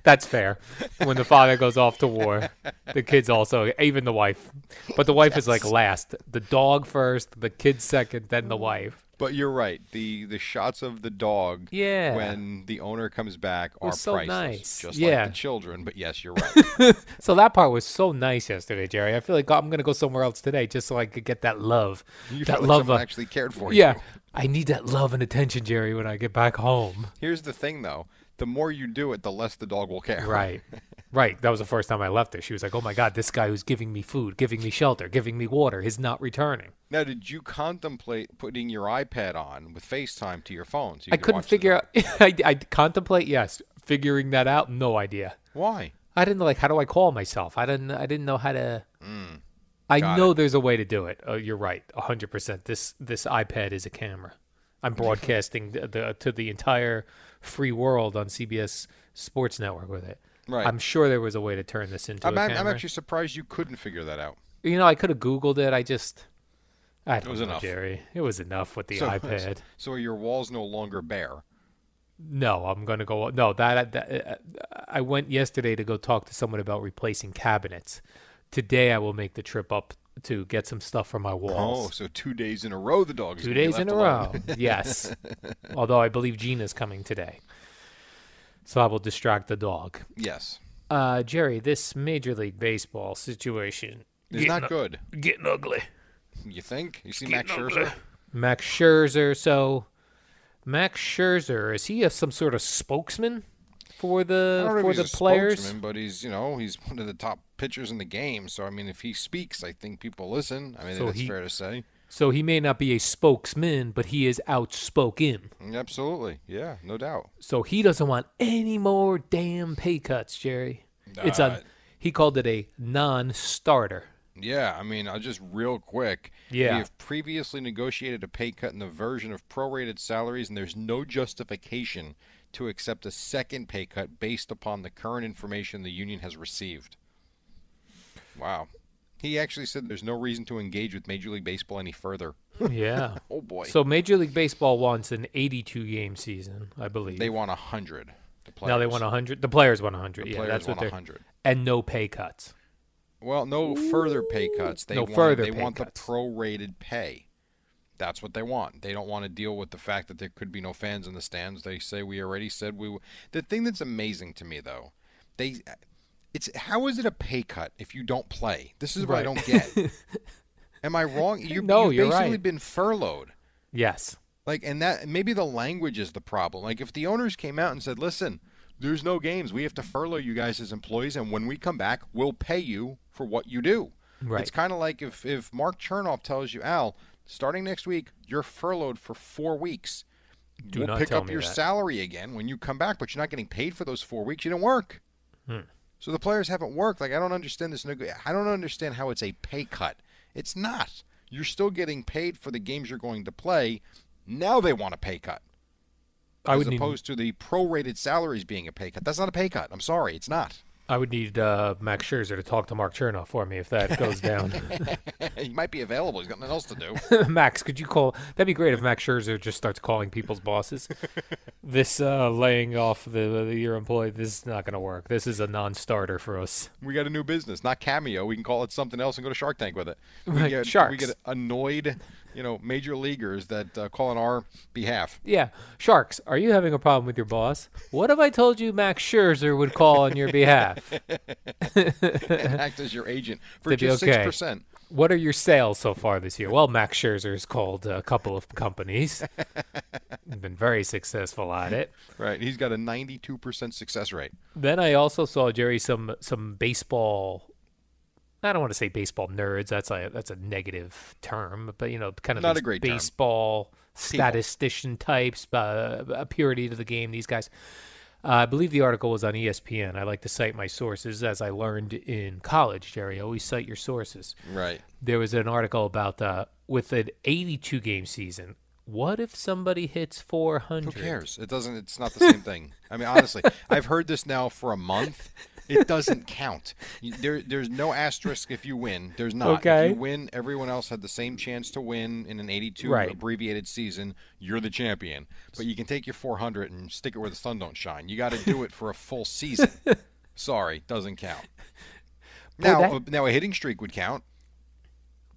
S3: that's fair. When the father goes off to war, the kids also, even the wife, but the wife is like last. The dog first, the kids second, then the wife.
S4: But you're right. The the shots of the dog
S3: Yeah.
S4: when the owner comes back are
S3: so
S4: priceless.
S3: nice.
S4: Just
S3: Yeah.
S4: like the children, but yes, you're right.
S3: So that part was so nice yesterday, Jerry. I feel like I'm gonna go somewhere else today just so I could get that love,
S4: You
S3: that
S4: felt like
S3: love.
S4: someone
S3: of-
S4: actually cared for you.
S3: yeah, I need that love and attention, Jerry, when I get back home.
S4: Here's the thing though. The more you do it, the less the dog will care.
S3: Right. Right. That was the first time I left her. She was like, oh my God, this guy who's giving me food, giving me shelter, giving me water is not returning.
S4: Now, did you contemplate putting your iPad on with FaceTime to your phone? So you
S3: I
S4: could
S3: couldn't
S4: watch the
S3: figure
S4: dog?
S3: out. I, I contemplate, yes. Figuring that out, no idea.
S4: why.
S3: I didn't know, like, how do I call myself? I didn't, I didn't know how to.
S4: Hmm.
S3: I know there's a way to do it. Uh, you're right, 100%. This this iPad is a camera. I'm broadcasting the, the, to the entire free world on CBS Sports Network with it.
S4: Right.
S3: I'm sure there was a way to turn this into
S4: I'm,
S3: a
S4: I'm,
S3: camera.
S4: I'm actually surprised you couldn't figure that out.
S3: You know, I could have Googled it. I just, I don't
S4: was
S3: know,
S4: enough.
S3: Jerry. It was enough with the
S4: So-
S3: iPad.
S4: So are your walls no longer bare?
S3: No, I'm gonna go. No, that, that uh, I went yesterday to go talk to someone about replacing cabinets. Today, I will make the trip up to get some stuff for my
S4: Oh,
S3: walls.
S4: so two days in a row the dog's
S3: Two
S4: gonna be
S3: days in
S4: left
S3: a
S4: alone.
S3: row. yes. Although I believe Gina's coming today, so I will distract the dog.
S4: Yes.
S3: Uh, Jerry, this Major League Baseball situation
S4: It's not good.
S3: getting ugly.
S4: You think? You see Max Scherzer?
S3: Max Scherzer. So, Max Scherzer is he a, some sort of spokesman for
S4: I
S3: the
S4: don't know if
S3: for
S4: he's
S3: the
S4: a
S3: players?
S4: spokesman, but he's you know he's one of the top pitchers in the game. So I mean, if he speaks, I think people listen. I mean,
S3: So
S4: that's
S3: he-
S4: fair to say.
S3: So he may not be a spokesman, but he is outspoken.
S4: Absolutely, yeah, no doubt.
S3: So he doesn't want any more damn pay cuts, Jerry. It's
S4: Nah.
S3: a he called it a non-starter.
S4: Yeah, I mean, I'll just real quick.
S3: Yeah.
S4: We have previously negotiated a pay cut in the version of prorated salaries, and there's no justification to accept a second pay cut based upon the current information the union has received. Wow. He actually said there's no reason to engage with Major League Baseball any further.
S3: Yeah.
S4: Oh, boy.
S3: So Major League Baseball wants an 82 game season, I believe.
S4: They want a 100. The players.
S3: now they want 100. The players want 100.
S4: The
S3: yeah,
S4: players
S3: that's
S4: want
S3: what they're
S4: 100.
S3: and no pay cuts.
S4: Well, no further pay cuts. They
S3: No
S4: want,
S3: further
S4: They
S3: pay
S4: want
S3: cuts.
S4: the prorated pay. That's what they want. They don't want to deal with the fact that there could be no fans in the stands. They say we already said we. W-. The thing that's amazing to me though, they, it's how is it a pay cut if you don't play? This is what I
S3: Right.
S4: don't get. Am I wrong? You're,
S3: No,
S4: you've
S3: you're
S4: basically
S3: right.
S4: been furloughed.
S3: Yes.
S4: Like, and that maybe the language is the problem. Like, if the owners came out and said, "Listen, there's no games. We have to furlough you guys as employees, and when we come back, we'll pay you for what you do."
S3: Right.
S4: It's kind of like if if Mark Chernoff tells you, "Al, starting next week, you're furloughed for four weeks.
S3: Do
S4: we'll
S3: not
S4: pick
S3: tell
S4: up
S3: me
S4: your
S3: that.
S4: salary again when you come back, but you're not getting paid for those four weeks. You didn't work."
S3: Hmm.
S4: So the players haven't worked. Like I don't understand this. Neg- I don't understand how it's a pay cut. It's not. You're still getting paid for the games you're going to play. Now they want a pay cut,
S3: I
S4: as
S3: would need
S4: opposed to the prorated salaries being a pay cut. That's not a pay cut. I'm sorry, it's not.
S3: I would need uh, Max Scherzer to talk to Mark Chernoff for me if that goes down.
S4: he might be available. He's got nothing else to do.
S3: Max, could you call? That'd be great if Max Scherzer just starts calling people's bosses. this uh, laying off the, the your employee. This is not going to work. This is a non-starter for us.
S4: we got a new business, not cameo. We can call it something else and go to Shark Tank with it. We
S3: Right,
S4: get we
S3: sharks.
S4: get annoyed, you know, major leaguers that uh, call on our behalf.
S3: Yeah, sharks. Are you having a problem with your boss? What if I told you Max Scherzer would call on your behalf?
S4: and act as your agent for
S3: They'd be
S4: just six
S3: okay.
S4: percent.
S3: What are your sales so far this year? Well, Max Scherzer's called a couple of companies. Been very successful at it.
S4: Right? He's got a ninety-two percent success rate.
S3: Then I also saw Jerry some some baseball. I don't want to say baseball nerds. That's a that's a negative term, but you know, kind of
S4: Not
S3: these
S4: a great term.
S3: baseball statistician types, uh, a purity to the game. These guys. Uh, I believe the article was on E ESPN. I like to cite my sources, as I learned in college. Jerry, always cite your sources
S4: Right.
S3: there was an article about uh, with an 82 game season. What if somebody hits 400?
S4: Who cares? It doesn't. It's not the same thing. I mean, honestly, I've heard this now for a month. It doesn't count. You- There, there's no asterisk if you win. There's not.
S3: Okay.
S4: If you win, everyone else had the same chance to win in an 82
S3: Right.
S4: abbreviated season. You're the champion. But you can take your 400 and stick it where the sun don't shine. You got to do it for a full season. Sorry, doesn't count. Now,
S3: that-
S4: uh, now a hitting streak would count.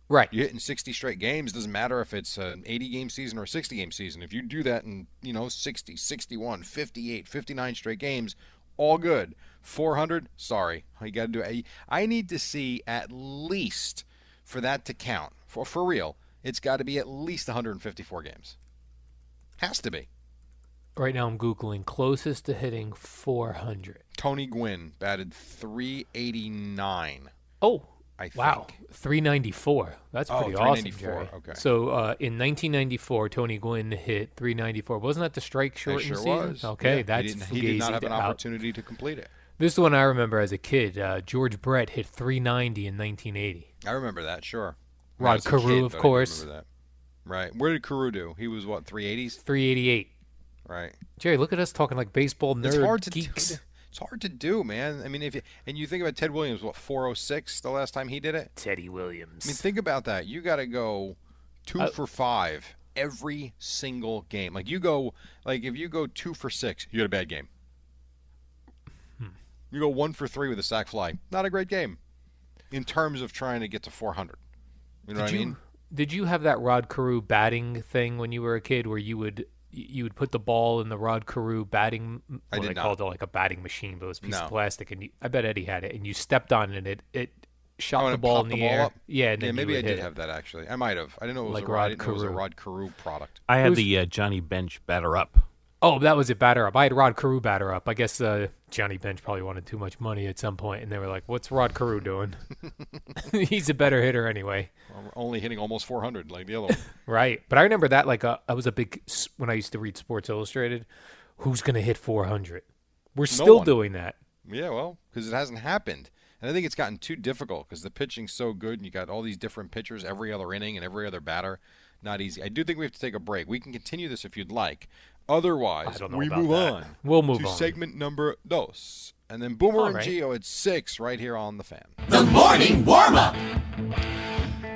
S3: Right.
S4: You're hitting 60 straight games. Doesn't matter if it's an 80 game season or a 60 game season. If you do that in, you know, 60, 61, 58, 59 straight games, all good. 400, sorry. You got to do it. I need to see at least for that to count. For for real, it's got to be at least 154 games. Has to be.
S3: Right now, I'm Googling closest to hitting 400.
S4: Tony Gwynn batted 389.
S3: Oh,
S4: I
S3: wow.
S4: think.
S3: 394. That's
S4: Oh,
S3: pretty awesome,
S4: 394,
S3: Jerry.
S4: okay.
S3: So uh, in 1994, Tony Gwynn hit 394. Wasn't that the strike
S4: That
S3: shortened
S4: sure
S3: season?
S4: was. Yeah,
S3: Okay, that's
S4: he, didn't, he did
S3: Fugazi
S4: not have an
S3: to out.
S4: opportunity to complete it.
S3: This is one I remember as a kid. Uh, George Brett hit 390 in 1980.
S4: I remember that, sure.
S3: Rod
S4: I was a
S3: Carew,
S4: kid,
S3: of
S4: though, I didn't
S3: course.
S4: remember that. Right. Where did Carew do? He was what, 380s?
S3: 388.
S4: Right.
S3: Jerry, look at us talking like baseball nerd
S4: it's hard to
S3: geeks.
S4: do. It's hard to do, man. I mean, if you, and you think about Ted Williams, what 406 the last time he did it?
S3: Teddy
S4: I mean,
S3: Williams.
S4: think about that. You got to go 2
S3: Uh,
S4: for 5 every single game. Like you go like if you go 2 for 6, you had a bad game.
S3: Hmm.
S4: You go 1 for 3 with a sack fly. Not a great game in terms of trying to get to 400. You know what I mean?
S3: Did you have that Rod Carew batting thing when you were a kid, where you would you would put the ball in the Rod Carew batting? What
S4: I did
S3: they
S4: not.
S3: called it like a batting machine, but it was a piece
S4: No.
S3: of plastic, and you, I bet Eddie had it, and you stepped on it, and it it
S4: Oh,
S3: shot
S4: and
S3: the
S4: it
S3: ball in
S4: popped
S3: the, air.
S4: Up.
S3: Yeah, and then you
S4: maybe
S3: would
S4: I
S3: hit
S4: did
S3: it.
S4: have that actually. I might have. I didn't know it was
S3: Like
S4: a Rod. I
S3: Rod
S4: didn't know it was a
S3: Carew.
S4: Rod Carew product.
S6: I had
S3: Who's-
S6: the uh, Johnny Bench batter up.
S3: Oh, that was a batter up. I had Rod Carew batter up. I guess uh, Johnny Bench probably wanted too much money at some point, and they were like, "What's Rod Carew doing? He's a better hitter anyway."
S4: We're only hitting almost 400 like the other one.
S3: Right. But I remember that like uh, I was a big s- when I used to read Sports Illustrated. Who's gonna hit 400? We're still
S4: one.
S3: doing that.
S4: yeah, well, because it hasn't happened. And I think it's gotten too difficult because the pitching's so good and you got all these different pitchers every other inning and every other batter. Not easy. I do think we have to take a break. We can continue this if you'd like. Otherwise,
S3: I don't know
S4: we
S3: about
S4: move
S3: that.
S4: on.
S3: We'll move
S4: to
S3: on.
S4: segment number dos. And then Boomer
S3: All
S4: and
S3: right.
S4: Geo at six right here on the fan.
S7: The morning warm up.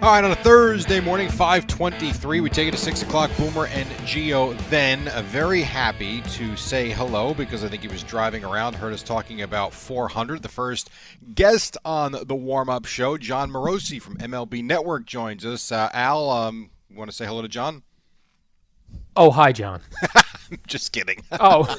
S4: All right, on a Thursday morning, 523, we take it to 6 o'clock. Boomer and Geo then uh, very happy to say hello because I think he was driving around, heard us talking about 400. The first guest on the warm-up show, John Morosi from MLB Network, joins us. Uh, Al, um, you want to say hello to John?
S3: Oh, hi, John.
S4: Just kidding.
S3: Oh.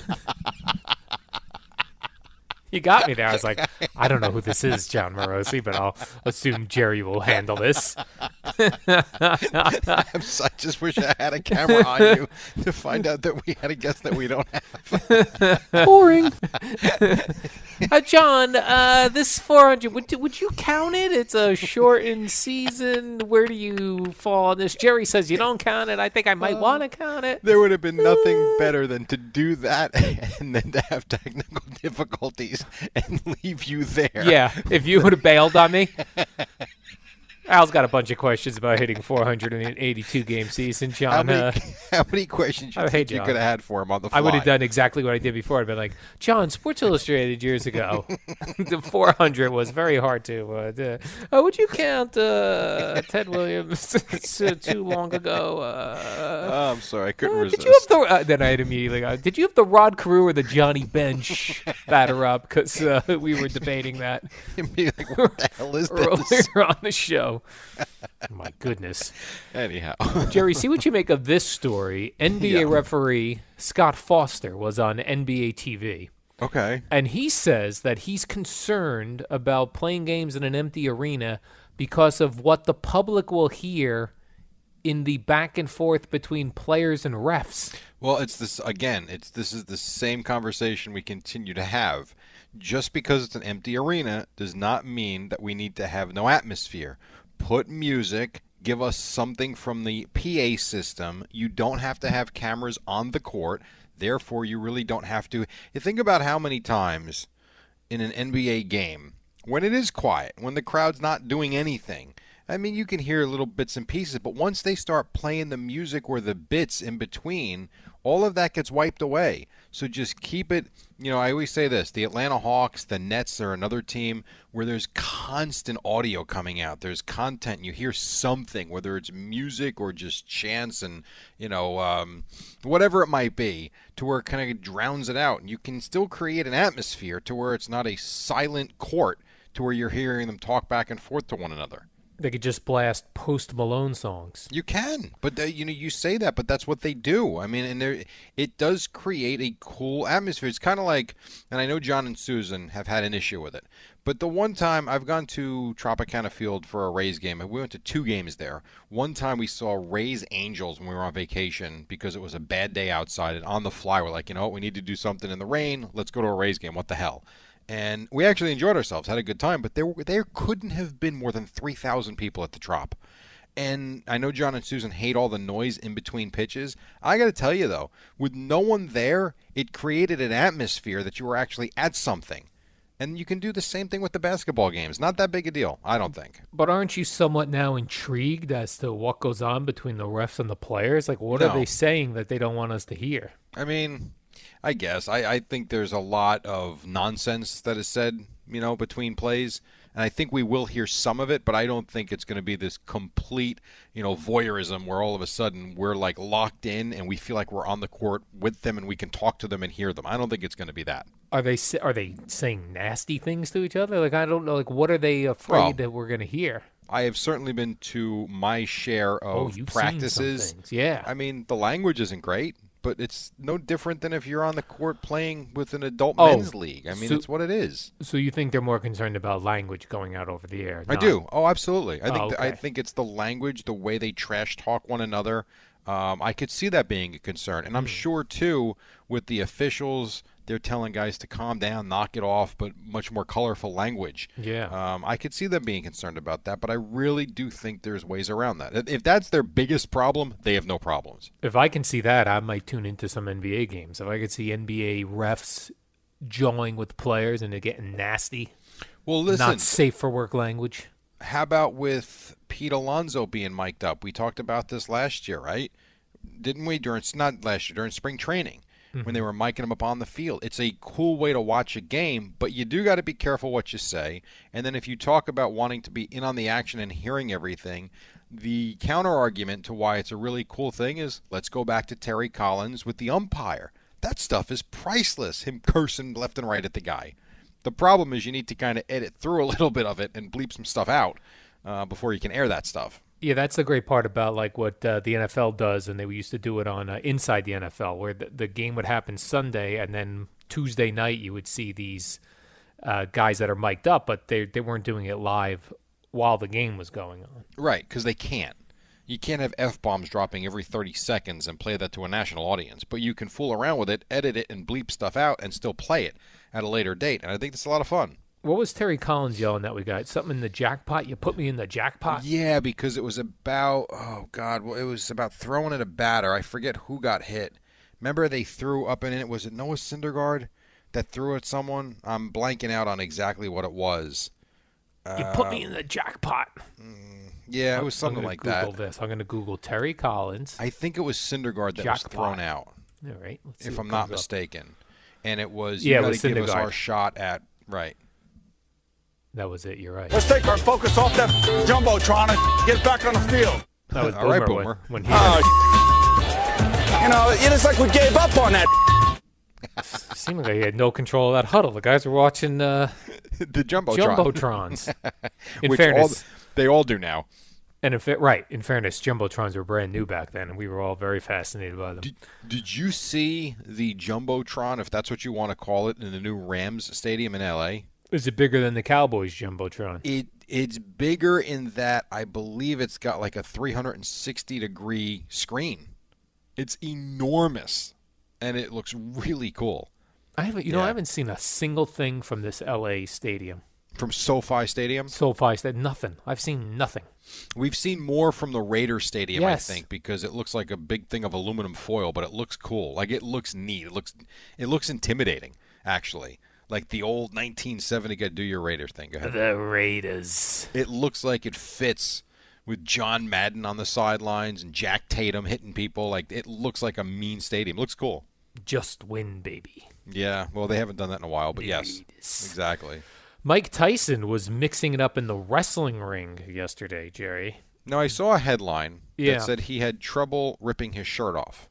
S3: You got me there. I was like, I don't know who this is, John Morosi, but I'll assume Jerry will handle this.
S4: I'm so- I just wish I had a camera on you to find out that we had a guest that we don't have.
S3: Boring. uh, John, uh, this 400, would, would you count it? It's a shortened season. Where do you fall on this? Jerry says you don't count it. I think I might want to count it.
S4: There would have been nothing better than to do that and then to have technical difficulties and leave you there.
S3: Yeah, if you would have bailed on me. Al's got a bunch of questions about hitting 482 game season, John.
S4: How many,
S3: uh,
S4: how many questions you
S3: oh, hey,
S4: think you
S3: John.
S4: could have had for him on the fly?
S3: I would have done exactly what I did before. I'd been like, John, Sports Illustrated years ago, the 400 was very hard to. Uh, do. Uh, would you count uh, Ted Williams so too long ago? Uh,
S4: Oh, I'm sorry, I couldn't
S3: uh,
S4: resist.
S3: did you have the? Uh, then I'd immediately go. Did you have the Rod Carew or the Johnny Bench batter up? Because uh, we were debating that
S4: Be like, what the hell is this?
S3: earlier on the show. My goodness.
S4: Anyhow,
S3: Jerry, see what you make of this story. NBA referee Scott Foster was on NBA TV,
S4: okay.
S3: and he says that he's concerned about playing games in an empty arena because of what the public will hear in the back and forth between players and refs.
S4: Well, it's this again. It's this is the same conversation we continue to have. Just because it's an empty arena does not mean that we need to have no atmosphere. Put music, give us something from the PA system. You don't have to have cameras on the court. Therefore, you really don't have to. You think about how many times in an NBA game when it is quiet, when the crowd's not doing anything. I mean, you can hear little bits and pieces, but once they start playing the music or the bits in between, all of that gets wiped away. So just keep it. You know, I always say this the Atlanta Hawks, the Nets are another team where there's constant audio coming out. There's content. You hear something, whether it's music or just chants and, you know, um, whatever it might be, to where it kind of drowns it out. And you can still create an atmosphere to where it's not a silent court to where you're hearing them talk back and forth to one another.
S3: They could just blast post Malone songs.
S4: You can, but they, you know, you say that, but that's what they do. I mean, and there, it does create a cool atmosphere. It's kind of like, and I know John and Susan have had an issue with it, but the one time I've gone to Tropicana Field for a Rays game, and we went to two games there. One time we saw Rays Angels when we were on vacation because it was a bad day outside, and on the fly we're like, you know what, we need to do something in the rain. Let's go to a Rays game. What the hell? And we actually enjoyed ourselves, had a good time, but there there couldn't have been more than three thousand people at the Trop. And I know John and Susan hate all the noise in between pitches. I got to tell you, though, with no one there, it created an atmosphere that you were actually at something. And you can do the same thing with the basketball games. Not that big a deal, I don't think.
S3: But aren't you somewhat now intrigued as to what goes on between the refs and the players? Like, what
S4: No.
S3: are they saying that they don't want us to hear?
S4: I mean, I guess. I, I think there's a lot of nonsense that is said, you know, between plays. And I think we will hear some of it, but I don't think it's going to be this complete, you know, voyeurism where all of a sudden we're like locked in and we feel like we're on the court with them and we can talk to them and hear them. I don't think it's going to be that.
S3: are they sa- are they saying nasty things to each other? Like I don't know. Like what are they afraid
S4: Well,
S3: that we're gonna hear?
S4: I have certainly been to my share
S3: Oh,
S4: of
S3: you've seen
S4: practices.
S3: some things. Yeah,
S4: I mean, the language isn't great, but it's no different than if you're on the court playing with an adult
S3: Oh,
S4: men's league. I mean,
S3: so-
S4: it's what it is.
S3: so you think they're more concerned about language going out over the air?
S4: I
S3: not-
S4: do. Oh, absolutely. I think
S3: Oh,
S4: th- I
S3: okay.
S4: think it's the language, the way they trash talk one another. Um, I could see that being a concern,
S3: Hmm.
S4: and I'm sure too with the officials, they're telling guys to calm down, knock it off, but much more colorful language.
S3: Yeah.
S4: Um, I could see them being concerned about that, but I really do think there's ways around that. If- If that's their biggest problem, they have no problems.
S3: If I can see that, I might tune into some NBA games. If I could see NBA refs jawing with players and it getting nasty,
S4: Well, listen.
S3: not safe for work language.
S4: How about with Pete Alonso being mic'd up? We talked about this last year, right? Didn't we? During not last year, during spring training, when they were micing him up on the field. It's a cool way to watch a game, but you do got to be careful what you say. And then if you talk about wanting to be in on the action and hearing everything, the counter argument to why it's a really cool thing is let's go back to Terry Collins with the umpire. That stuff is priceless. Him cursing left and right at the guy. The problem is you need to kind of edit through a little bit of it and bleep some stuff out uh, before you can air that stuff.
S3: Yeah, that's the great part about like what uh, the NFL does, and they used to do it on uh, Inside the NFL, where the, the game would happen Sunday, and then Tuesday night you would see these uh, guys that are mic'd up, but they they weren't doing it live while the game was going on.
S4: Right, because they can't. You can't have f bombs dropping every 30 seconds and play that to a national audience, but you can fool around with it, edit it, and bleep stuff out, and still play it at a later date. And I think that's a lot of fun.
S3: What was Terry Collins yelling that we got? Something in the jackpot? You put me in the jackpot?
S4: Yeah, because it was about oh god, well it was about throwing at a batter. I forget who got hit. Remember they threw up and in it was it Noah Syndergaard that threw at someone? I'm blanking out on exactly what it was.
S3: you put me in the jackpot.
S4: Yeah, it was uh,
S3: I'm
S4: something
S3: gonna
S4: like
S3: Google
S4: that.
S3: this. I'm going to Google Terry Collins.
S4: I think it was Syndergaard that was
S3: Jackpot.
S4: thrown out,
S3: All right. Let's see
S4: if
S3: what
S4: I'm not
S3: comes up.
S4: mistaken. And it was
S3: Yeah, it
S4: you got
S3: was
S4: to give us
S3: Syndergaard.
S4: our shot at right.
S3: That was it. You're right.
S6: Let's take our focus off that jumbotron and get back on the field.
S3: That was
S4: All right,
S3: Boomer when- When,
S4: Boomer.
S3: he
S6: Oh, you know, it is like we gave up on that.
S3: it seemed like he had no control of that huddle. The guys were watching uh,
S4: the jumbotron,
S3: jumbotrons. In
S4: which all,
S3: fairness,
S4: they all do now.
S3: and in fa- right, in fairness, jumbotrons were brand new back then, and we were all very fascinated by them.
S4: Did, did you see the jumbotron, if that's what you want to call it, in the new Rams stadium in LA?
S3: Is it bigger than the Cowboys jumbotron?
S4: It it's bigger in that I believe it's got like a 360 degree screen. It's enormous, and it looks really cool
S3: I haven't. You know,
S4: Yeah.
S3: I haven't seen a single thing from this L.A. stadium.
S4: from SoFi Stadium.
S3: SoFi said nothing. I've seen nothing.
S4: We've seen more from the Raider Stadium,
S3: Yes.
S4: I think, because it looks like a big thing of aluminum foil, but it looks cool. Like it looks neat. It looks it looks intimidating, actually. Like the old 1970 "Go do your Raider" thing. Go ahead.
S3: The Raiders.
S4: It looks like it fits with John Madden on the sidelines and Jack Tatum hitting people. Like it looks like a mean stadium. Looks cool.
S3: Just win, baby.
S4: Yeah. Well, they haven't done that in a while, but yes, exactly.
S3: Mike Tyson was mixing it up in the wrestling ring yesterday, Jerry.
S4: Now I saw a headline
S3: Yeah.
S4: that said he had trouble ripping his shirt off.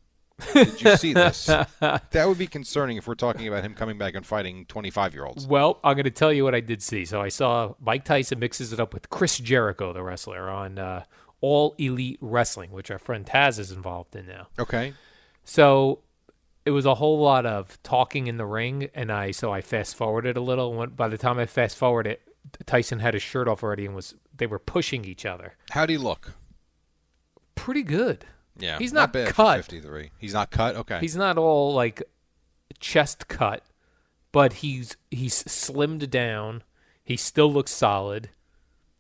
S4: Did you see this? that would be concerning if we're talking about him coming back and fighting 25 year olds.
S3: Well, I'm going to tell you what I did see. So I saw Mike Tyson mixes it up with Chris Jericho, the wrestler, on uh, All Elite Wrestling, which our friend Taz is involved in now.
S4: Okay.
S3: So it was a whole lot of talking in the ring, and I so I fast forwarded a little. When, by the time I fast forwarded, Tyson had his shirt off already, and was they were pushing each other.
S4: How'd he look?
S3: Pretty good.
S4: Yeah.
S3: he's not,
S4: not, bad for
S3: cut.
S4: 53. He's not cut. Okay.
S3: He's not all like chest cut, but he's he's slimmed down. He still looks solid.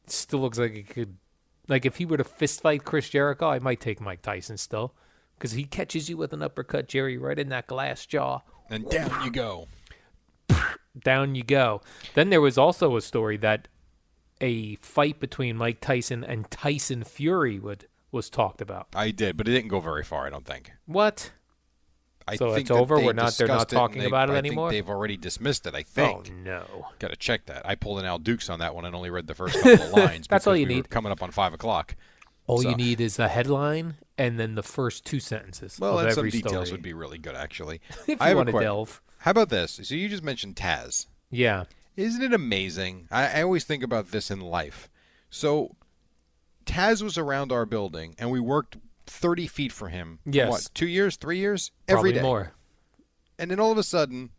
S3: Still looks like he could like if he were to fist fight Chris Jericho, I might take Mike Tyson still because he catches you with an uppercut, Jerry, right in that glass jaw.
S4: and down you go.
S3: Down you go. Then there was also a story that a fight between Mike Tyson and Tyson Fury would was talked about.
S4: I did, but it didn't go very far. I don't think.
S3: What?
S4: I
S3: So
S4: think
S3: it's
S4: that
S3: over?
S4: they
S3: We're not- they're not
S4: discussed it and
S3: talking
S4: they-
S3: about it
S4: I
S3: anymore?
S4: Think they've already dismissed it. I think.
S3: Oh no.
S4: Got to check that. I pulled an Al Dukes on that one and only read the first couple of lines.
S3: That's all
S4: because
S3: you
S4: we were
S3: need.
S4: coming up on five o'clock.
S3: All you
S4: So-
S3: need is the headline and then the first two sentences
S4: Well,
S3: of
S4: and some
S3: every
S4: details
S3: story.
S4: would be really good, actually.
S3: If
S4: I
S3: you
S4: have a
S3: wanna
S4: que-
S3: delve.
S4: How about this? So you just mentioned Taz.
S3: yeah.
S4: Isn't it amazing? I, I always think about this in life. So Taz was around our building, and we worked 30 feet from him.
S3: Yes.
S4: What, two years, three years?
S3: Probably
S4: Every day.
S3: more.
S4: And then all of a sudden,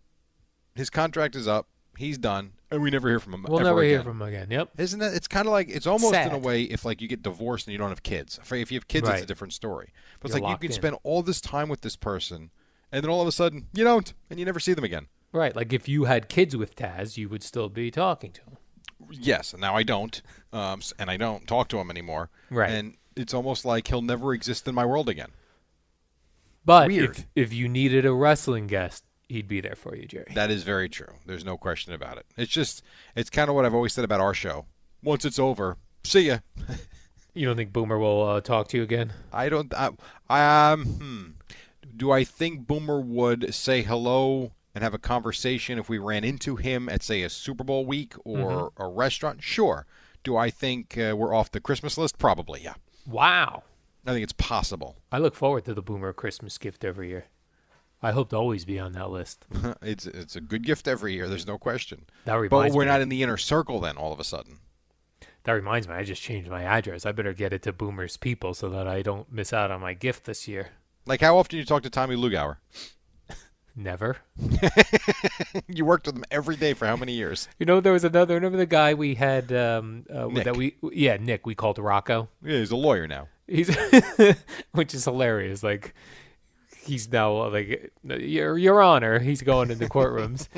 S4: his contract is up. He's done, and we never hear from him.
S3: We'll
S4: ever
S3: never hear
S4: again.
S3: from him again. Yep.
S4: Isn't that? It's kind of like it's almost in a
S3: Sad.
S4: way if like you get divorced and you don't have kids. If if you have kids, it's a
S3: Right.
S4: different story. But it's
S3: You're
S4: like you
S3: locked
S4: can
S3: in.
S4: spend all this time with this person, and then all of a sudden you don't, and you never see them again.
S3: Right. Like if you had kids with Taz, you would still be talking to him.
S4: Yes, and now I don't, um, s- and I don't talk to him anymore.
S3: Right.
S4: and it's almost like he'll never exist in my world again.
S3: But
S4: Weird.
S3: if if you needed a wrestling guest, he'd be there for you, Jerry.
S4: That is very true. There's no question about it. It's just it's kind of what I've always said about our show. Once it's over, see ya.
S3: You don't think Boomer will uh, talk to you again?
S4: I don't. I, um, hmm. Do I think Boomer would say hello and have a conversation if we ran into him at, say, a Super Bowl week or a restaurant? Sure. Do I think uh, we're off the Christmas list? Probably, yeah.
S3: Wow.
S4: I think it's possible.
S3: I look forward to the Boomer Christmas gift every year. I hope to always be on that list.
S4: it's it's a good gift every year. There's no question.
S3: That
S4: But
S3: reminds
S4: we're
S3: me.
S4: not in the inner circle then. All of a sudden,
S3: That reminds me, I just changed my address. I better get it to Boomer's people so that I don't miss out on my gift this year.
S4: like how often do you talk to Tommy Lugauer?
S3: Never.
S4: you worked with him every day for how many years?
S3: You know, there was another. Remember the guy we had um, uh,
S4: Nick.
S3: that we yeah Nick we called Rocco.
S4: Yeah, he's a lawyer now.
S3: He's which is hilarious. Like he's now like your your honor. He's going in the courtrooms.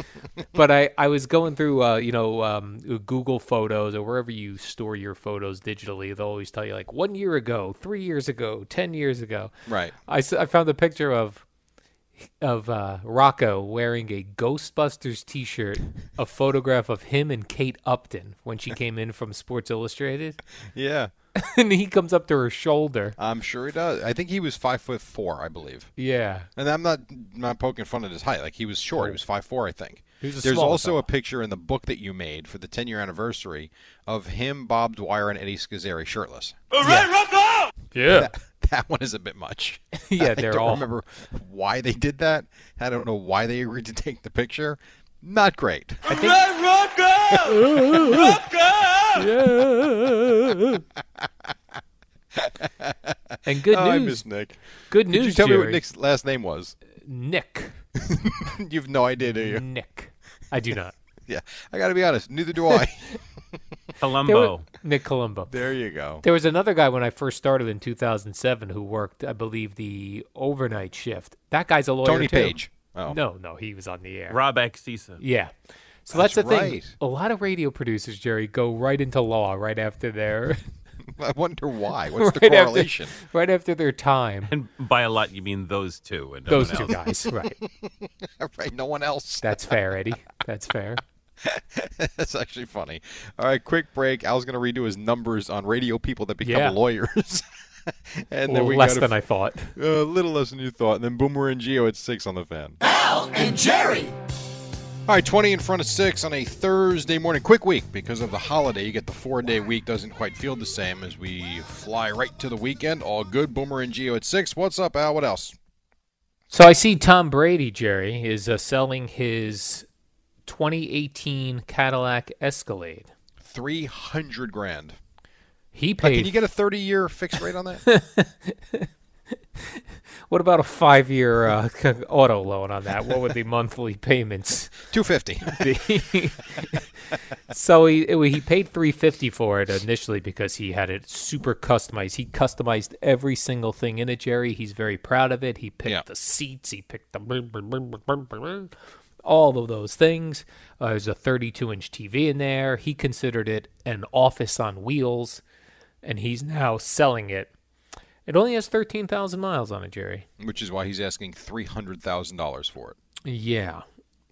S3: but I I was going through uh, you know um, Google Photos or wherever you store your photos digitally. They'll always tell you like one year ago, three years ago, ten years ago.
S4: Right.
S3: I, s- I found a picture of of uh, Rocco wearing a Ghostbusters T-shirt, a photograph of him and Kate Upton when she came in from Sports Illustrated,
S4: Yeah,
S3: and he comes up to her shoulder.
S4: I'm sure he does. I think he was five foot four, I believe.
S3: Yeah,
S4: And I'm not not poking fun at his height. Like he was short. He was five four, I think.
S3: He was a
S4: There's
S3: small
S4: also
S3: fella.
S4: a picture in the book that you made for the 10 year anniversary of him, Bob Dwyer, and Eddie Scazzeri shirtless.
S3: yeah,
S4: That one is a bit much.
S3: yeah.
S4: I
S3: They're
S4: don't
S3: all
S4: remember why they did that. I don't know why they agreed to take the picture. Not great.
S3: and good
S4: Oh, I
S3: news.
S4: miss Nick.
S3: Good
S4: Did
S3: news,
S4: you tell me
S3: Jerry.
S4: what Nick's last name was?
S3: Nick.
S4: You've no idea, do you?
S3: Nick. I do not.
S4: Yeah. I got to be honest. Neither do I.
S3: There were-
S8: Columbo.
S3: Nick Columbo.
S4: there you go.
S3: There was another guy when I first started in 2007 who worked, I believe, the overnight shift. That guy's a lawyer
S4: Tony
S3: too.
S4: Page. Oh.
S3: No, no, he was on the air.
S8: Rob Axisa.
S3: Yeah. So
S4: That's
S3: that's, the thing.
S4: right.
S3: A lot of radio producers, Jerry, go right into law right after their
S4: I wonder why. What's the
S3: right after-
S4: correlation?
S3: right after their time.
S8: And by a lot, you mean those two. And no
S3: Those
S8: one
S3: two
S8: else.
S3: guys, right?
S4: right. No one else.
S3: That's fair, Eddie. That's fair.
S4: That's actually funny. All right, quick break. Al's going to redo his numbers on radio people that become
S3: Yeah.
S4: lawyers. and then
S3: Well,
S4: we
S3: less
S4: got
S3: than I thought.
S4: a little less than you thought. And then Boomer and Geo at six on the fan. Al and Jerry. All right, twenty in front of six on a Thursday morning. Quick week because of the holiday. You get the four-day week. Doesn't quite feel the same as we fly right to the weekend. All good. Boomer and Geo at six. What's up, Al? What else?
S3: So I see Tom Brady, Jerry, is uh, selling his 2018 Cadillac Escalade.
S4: Three hundred grand.
S3: He paid.
S4: Like, can you get a thirty-year fixed rate on that?
S3: what about a five-year uh, auto loan on that? What would the monthly payments?
S4: Two fifty.
S3: so he it, wa- he paid 350 for it initially because he had it super customized. He customized every single thing in it, Jerry. He's very proud of it. He picked
S4: Yeah.
S3: the seats, he picked the brr, brr, brr, brr, brr, brr, brr, all of those things. Uh, there's a 32-inch TV in there. He considered it an office on wheels and he's now selling it. It only has 13,000 miles on it, Jerry.
S4: Which is why he's asking three hundred thousand dollars for it.
S3: Yeah.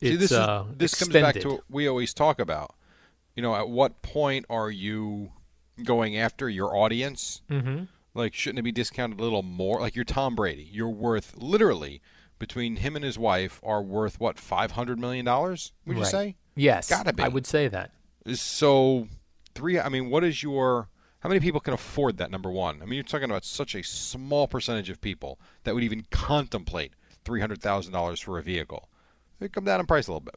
S4: See,
S3: It's,
S4: this is-
S3: uh,
S4: this comes back
S3: extended.
S4: to what we always talk about. You know, at what point are you going after your audience? Mm-hmm. Like, shouldn't it be discounted a little more? Like, you're Tom Brady. You're worth literally between him and his wife are worth what five hundred million dollars? Would you
S3: Right.
S4: say?
S3: Yes.
S4: Gotta be.
S3: I would say that.
S4: So three. I mean, what is your? How many people can afford that? Number one. I mean, you're talking about such a small percentage of people that would even contemplate three hundred thousand dollars for a vehicle. They come down in price a little bit.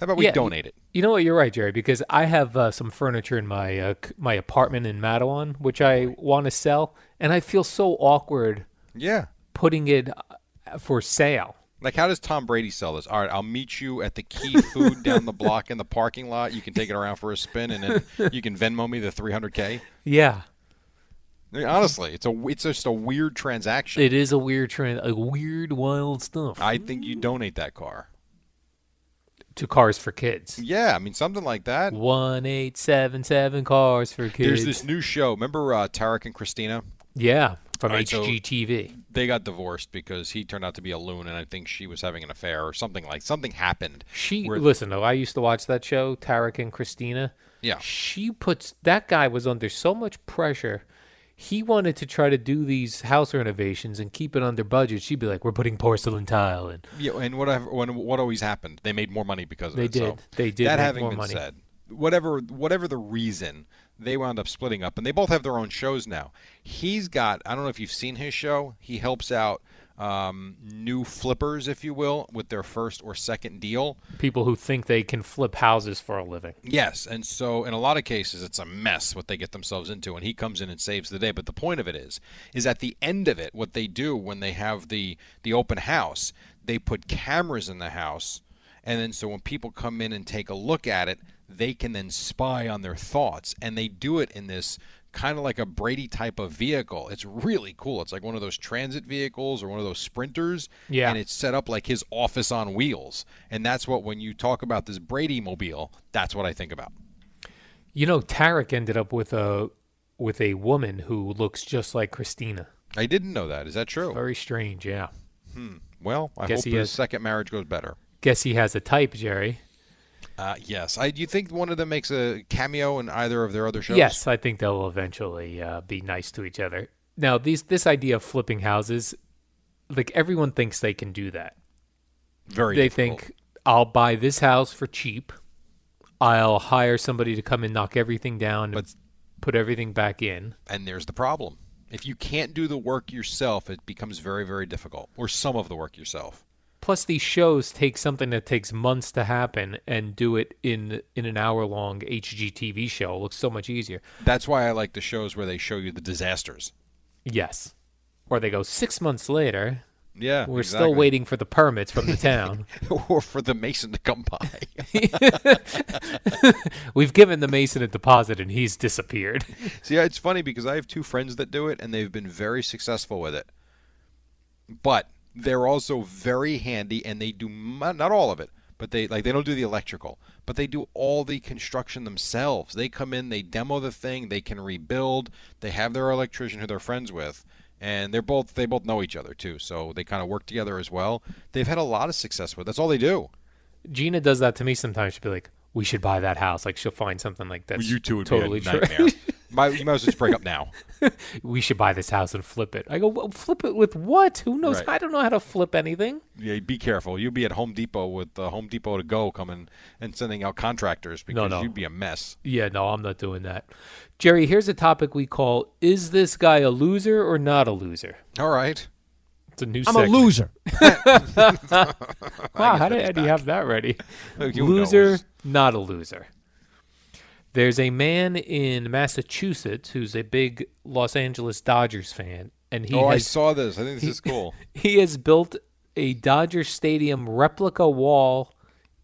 S4: How about we
S3: Yeah.
S4: donate it?
S3: You know what? You're right, Jerry. Because I have uh, some furniture in my uh, c- my apartment in Mattawan, which I want to sell, and I feel so awkward
S4: Yeah.
S3: putting it uh, for sale.
S4: Like, how does Tom Brady sell this? All right, I'll meet you at the key food down the block in the parking lot. You can take it around for a spin, and then you can Venmo me the 300K.
S3: Yeah.
S4: I mean, honestly, it's a it's just a weird transaction.
S3: It is a weird trend, a weird, wild stuff.
S4: I think you donate that car.
S3: to cars for kids.
S4: Yeah, I mean something like that.
S3: One eight seven seven cars for kids.
S4: There's this new show. Remember uh, Tarek and Christina?
S3: yeah, from
S4: All right, so-
S3: HGTV.
S4: They got divorced because he turned out to be a loon, and I think she was having an affair or something like something happened.
S3: she
S4: where-
S3: listen though. I used to watch that show, Tarek and Christina.
S4: Yeah.
S3: she puts that guy was under so much pressure. He wanted to try to do these house renovations and keep it under budget. She'd be like, "We're putting porcelain tile in."
S4: Yeah, and what I've, when, what always happened? They made more money because of
S3: They
S4: it. so
S3: did. They did
S4: That
S3: make
S4: having
S3: more
S4: been
S3: money.
S4: said, whatever whatever the reason, they wound up splitting up, and they both have their own shows now. He's got I don't know if you've seen his show. He helps out um, new flippers, if you will, with their first or second deal.
S3: People who think they can flip houses for a living.
S4: Yes, and so in a lot of cases, it's a mess what they get themselves into, and he comes in and saves the day. But the point of it is, is at the end of it, what they do when they have the the open house, they put cameras in the house, and then so when people come in and take a look at it, they can then spy on their thoughts, and they do it in this kind of like a Brady type of vehicle. It's really cool. It's like one of those transit vehicles or one of those sprinters.
S3: Yeah.
S4: And it's set up like his office on wheels. And that's what when you talk about this Brady mobile, that's what I think about.
S3: You know, Tarek ended up with a with a woman who looks just like Christina.
S4: I didn't know that. Is that true?
S3: Very strange. Yeah.
S4: Well, I
S3: Guess
S4: hope
S3: he
S4: his
S3: is.
S4: second marriage goes better.
S3: Guess he has a type, Jerry.
S4: Uh, yes. I do you think one of them makes a cameo in either of their other shows?
S3: Yes, I think they'll eventually uh, be nice to each other. Now, these this idea of flipping houses, like everyone thinks they can do that.
S4: Very
S3: they
S4: difficult.
S3: think I'll buy this house for cheap. I'll hire somebody to come and knock everything down
S4: But-
S3: and put everything back in.
S4: and there's the problem. If you can't do the work yourself, it becomes very, very difficult. Or some of the work yourself.
S3: Plus, these shows take something that takes months to happen and do it in in an hour long HGTV show. It looks so much easier.
S4: That's why I like the shows where they show you the disasters.
S3: Yes, or they go six months later.
S4: Yeah.
S3: We're
S4: exactly.
S3: still waiting for the permits from the town.
S4: or for the mason to come by.
S3: We've given the Mason a deposit and he's disappeared.
S4: See, it's funny because I have two friends that do it, and they've been very successful with it. But they're also very handy, and they do mu- not all of it, but they like they don't do the electrical, but they do all the construction themselves. They come in, they demo the thing, they can rebuild. They have their electrician who they're friends with, and they're both they both know each other too, so they kind of work together as well. They've had a lot of success with. it. That's all they do.
S3: Gina does that to me sometimes. She'll be like, "We should buy that house." Like she'll find something like that. totally true.
S4: My, you might as well just break up now.
S3: we should buy this house and flip it. I go, well, "Flip it with what? Who knows?
S4: Right.
S3: I don't know how to flip anything."
S4: Yeah, be careful. You'll be at Home Depot with uh, Home Depot to go coming and sending out contractors because
S3: no.
S4: you'd be a mess.
S3: Yeah, no, I'm not doing that. Jerry, here's a topic we call: Is this guy a loser or not a loser?
S4: All right.
S3: It's a new.
S5: I'm
S3: segment.
S5: a loser.
S3: Wow, how did Eddie have that ready?
S4: Who
S3: loser,
S4: knows?
S3: not a loser. There's a man in Massachusetts who's a big Los Angeles Dodgers fan, and he
S4: oh, I
S3: has
S4: saw this. I think this is cool.
S3: he has built a Dodger Stadium replica wall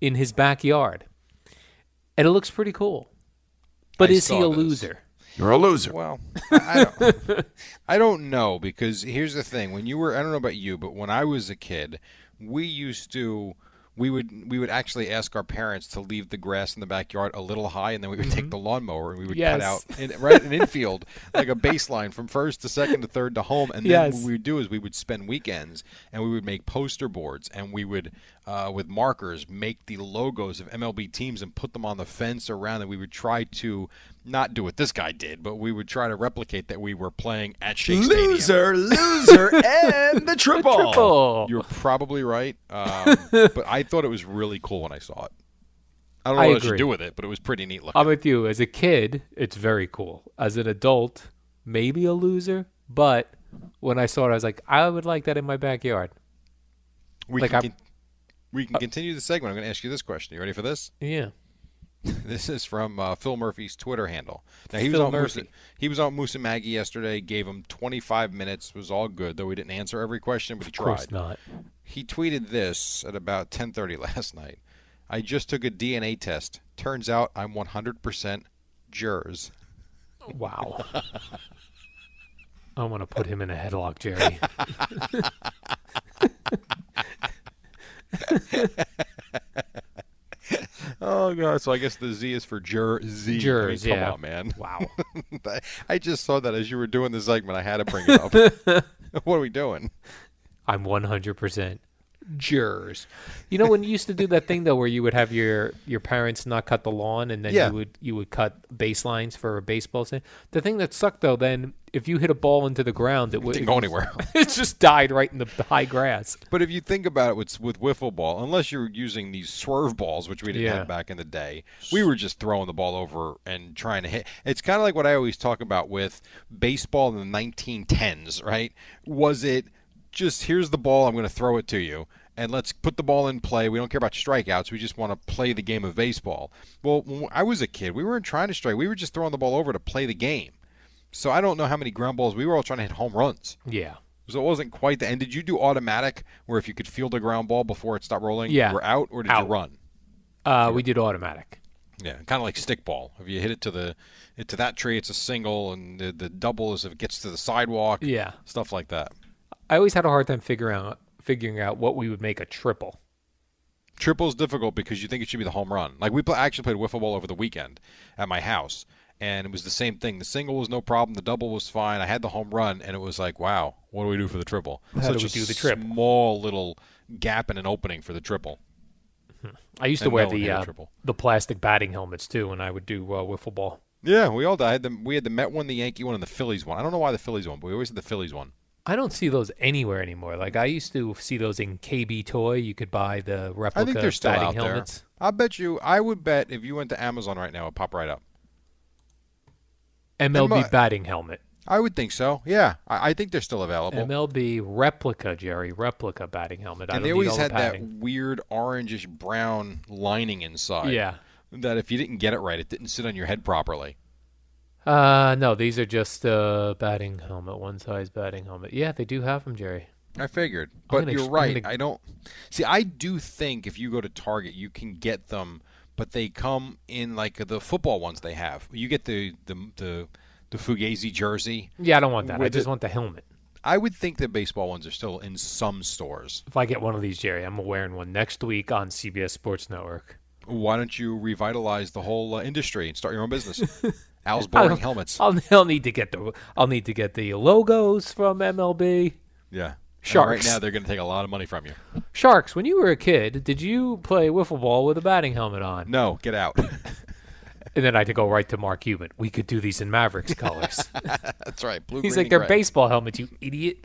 S3: in his backyard, and it looks pretty cool. But
S4: I
S3: is he
S4: saw
S3: a
S4: this.
S3: loser?
S9: You're a loser.
S4: Well, I don't, I don't know because here's the thing: when you were, I don't know about you, but when I was a kid, we used to. We would we would actually ask our parents to leave the grass in the backyard a little high, and then we would take the lawnmower and we would
S3: Mm-hmm.
S4: cut
S3: Yes.
S4: out in, right an infield like a baseline from first to second to third to home. And then
S3: Yes.
S4: what we would do is we would spend weekends and we would make poster boards and we would uh, with markers make the logos of MLB teams and put them on the fence around. And we would try to not do what this guy did, but we would try to replicate that we were playing at Shea Stadium.
S9: Loser, loser, and the
S4: Oh.
S9: triple.
S3: Triple.
S4: You're probably right, um, but I thought it was really cool when I saw it. I don't know
S3: I
S4: what else to
S3: agree.
S4: do with it, but it was pretty neat looking.
S3: I'm with you. As a kid, it's very cool. As an adult, maybe a loser, but when I saw it, I was like, I would like that in my backyard.
S4: we
S3: like
S4: can,
S3: I'm-
S4: Uh, con- we can continue the segment. I'm going to ask you this question. You ready for this?
S3: Yeah.
S4: This is from uh, Phil Murphy's Twitter handle. Now he
S3: Phil
S4: was on Moose,
S3: Murphy.
S4: he was on Moose and Maggie yesterday. Gave him 25 minutes. It was all good, though he didn't answer every question, but he
S3: Of course
S4: tried.
S3: not.
S4: He tweeted this at about 10:30 last night. I just took a DNA test. Turns out I'm 100% jurors.
S3: Wow. I want to put him in a headlock, Jerry.
S4: Oh god! So I guess the Z is for jur Z.
S3: Jurors,
S4: I mean, come
S3: yeah.
S4: on, man.
S3: Wow.
S4: I just saw that as you were doing the segment. I had to bring it up. what are we doing?
S3: I'm 100% jurors. You know when you used to do that thing though where you would have your your parents not cut the lawn and then
S4: Yeah.
S3: you would you would cut baselines for a baseball stand. The thing that sucked though then if you hit a ball into the ground it would
S4: Didn't go anywhere.
S3: It just died right in the high grass.
S4: But if you think about it with with wiffle ball, unless you're using these swerve balls, which we didn't
S3: Yeah.
S4: have back in the day, we were just throwing the ball over and trying to hit. It's kind of like what I always talk about with baseball in the 1910s, right? Was it just here's the ball, I'm going to throw it to you, and let's put the ball in play. We don't care about strikeouts. We just want to play the game of baseball. Well, when I was a kid, we weren't trying to strike. We were just throwing the ball over to play the game. So I don't know how many ground balls we were all trying to hit home runs.
S3: Yeah.
S4: So it wasn't quite the end. Did you do automatic, where if you could field a ground ball before it stopped rolling,
S3: Yeah.
S4: you were out, or did
S3: Out.
S4: you run?
S3: Uh, we did automatic.
S4: Yeah, kind of like stick ball. If you hit it to the it to that tree, it's a single, and the, the double is if it gets to the sidewalk.
S3: Yeah.
S4: stuff like that.
S3: I always had a hard time figuring out figuring out what we would make a triple.
S4: Triple is difficult because you think it should be the home run. Like we pl- actually played wiffle ball over the weekend at my house, and it was the same thing. The single was no problem. The double was fine. I had the home run, and it was like, wow, what do we do for the triple?
S3: How do
S4: Such
S3: we do
S4: a
S3: the triple?
S4: Small little gap and an opening for the triple.
S3: I used to
S4: And
S3: wear
S4: no one
S3: the
S4: hit a
S3: uh,
S4: triple.
S3: the plastic batting helmets too when I would do uh, wiffle ball.
S4: Yeah, we all died. The, we had the Met one, the Yankee one, and the Phillies one. I don't know why the Phillies one, but we always had the Phillies one.
S3: I don't see those anywhere anymore. Like I used to see those in KB Toy. You could buy the replica
S4: I think they're still
S3: batting
S4: out
S3: helmets.
S4: there. I bet you. I would bet if you went to Amazon right now, it'd pop right up.
S3: MLB
S4: They mu-
S3: batting helmet.
S4: I would think so. Yeah, I, I think they're still available.
S3: MLB replica, Jerry. Replica batting helmet. I don't
S4: and they
S3: need
S4: always
S3: all the
S4: had that
S3: padding.
S4: weird orangish brown lining inside.
S3: Yeah.
S4: That if you didn't get it right, it didn't sit on your head properly.
S3: Uh, no, these are just uh batting helmet, one size batting helmet. Yeah, they do have them, Jerry.
S4: I figured, but
S3: gonna
S4: you're
S3: ex- I'm
S4: right.
S3: gonna-
S4: I don't see. I do think if you go to Target, you can get them, but they come in like the football ones they have. You get the the the, the Fugazi jersey.
S3: Yeah, I don't want that. I
S4: With
S3: just
S4: it-
S3: want the helmet.
S4: I would think the baseball ones are still in some stores.
S3: If I get one of these, Jerry, I'm wearing one next week on CBS Sports Network.
S4: Why don't you revitalize the whole uh, industry and start your own business?
S3: I'll-
S4: Al's boring helmets.
S3: I'll, I'll need to get the I'll need to get the logos from MLB.
S4: yeah. And
S3: Sharks.
S4: right now, they're going to take a lot of money from you.
S3: Sharks, when you were a kid, did you play wiffle ball with a batting helmet on?
S4: No, get out.
S3: And then I had to go right to Mark Cuban. We could do these in Mavericks colors.
S4: That's right. Blue,
S3: He's
S4: green,
S3: like,
S4: and
S3: they're
S4: gray.
S3: baseball helmets, you idiot.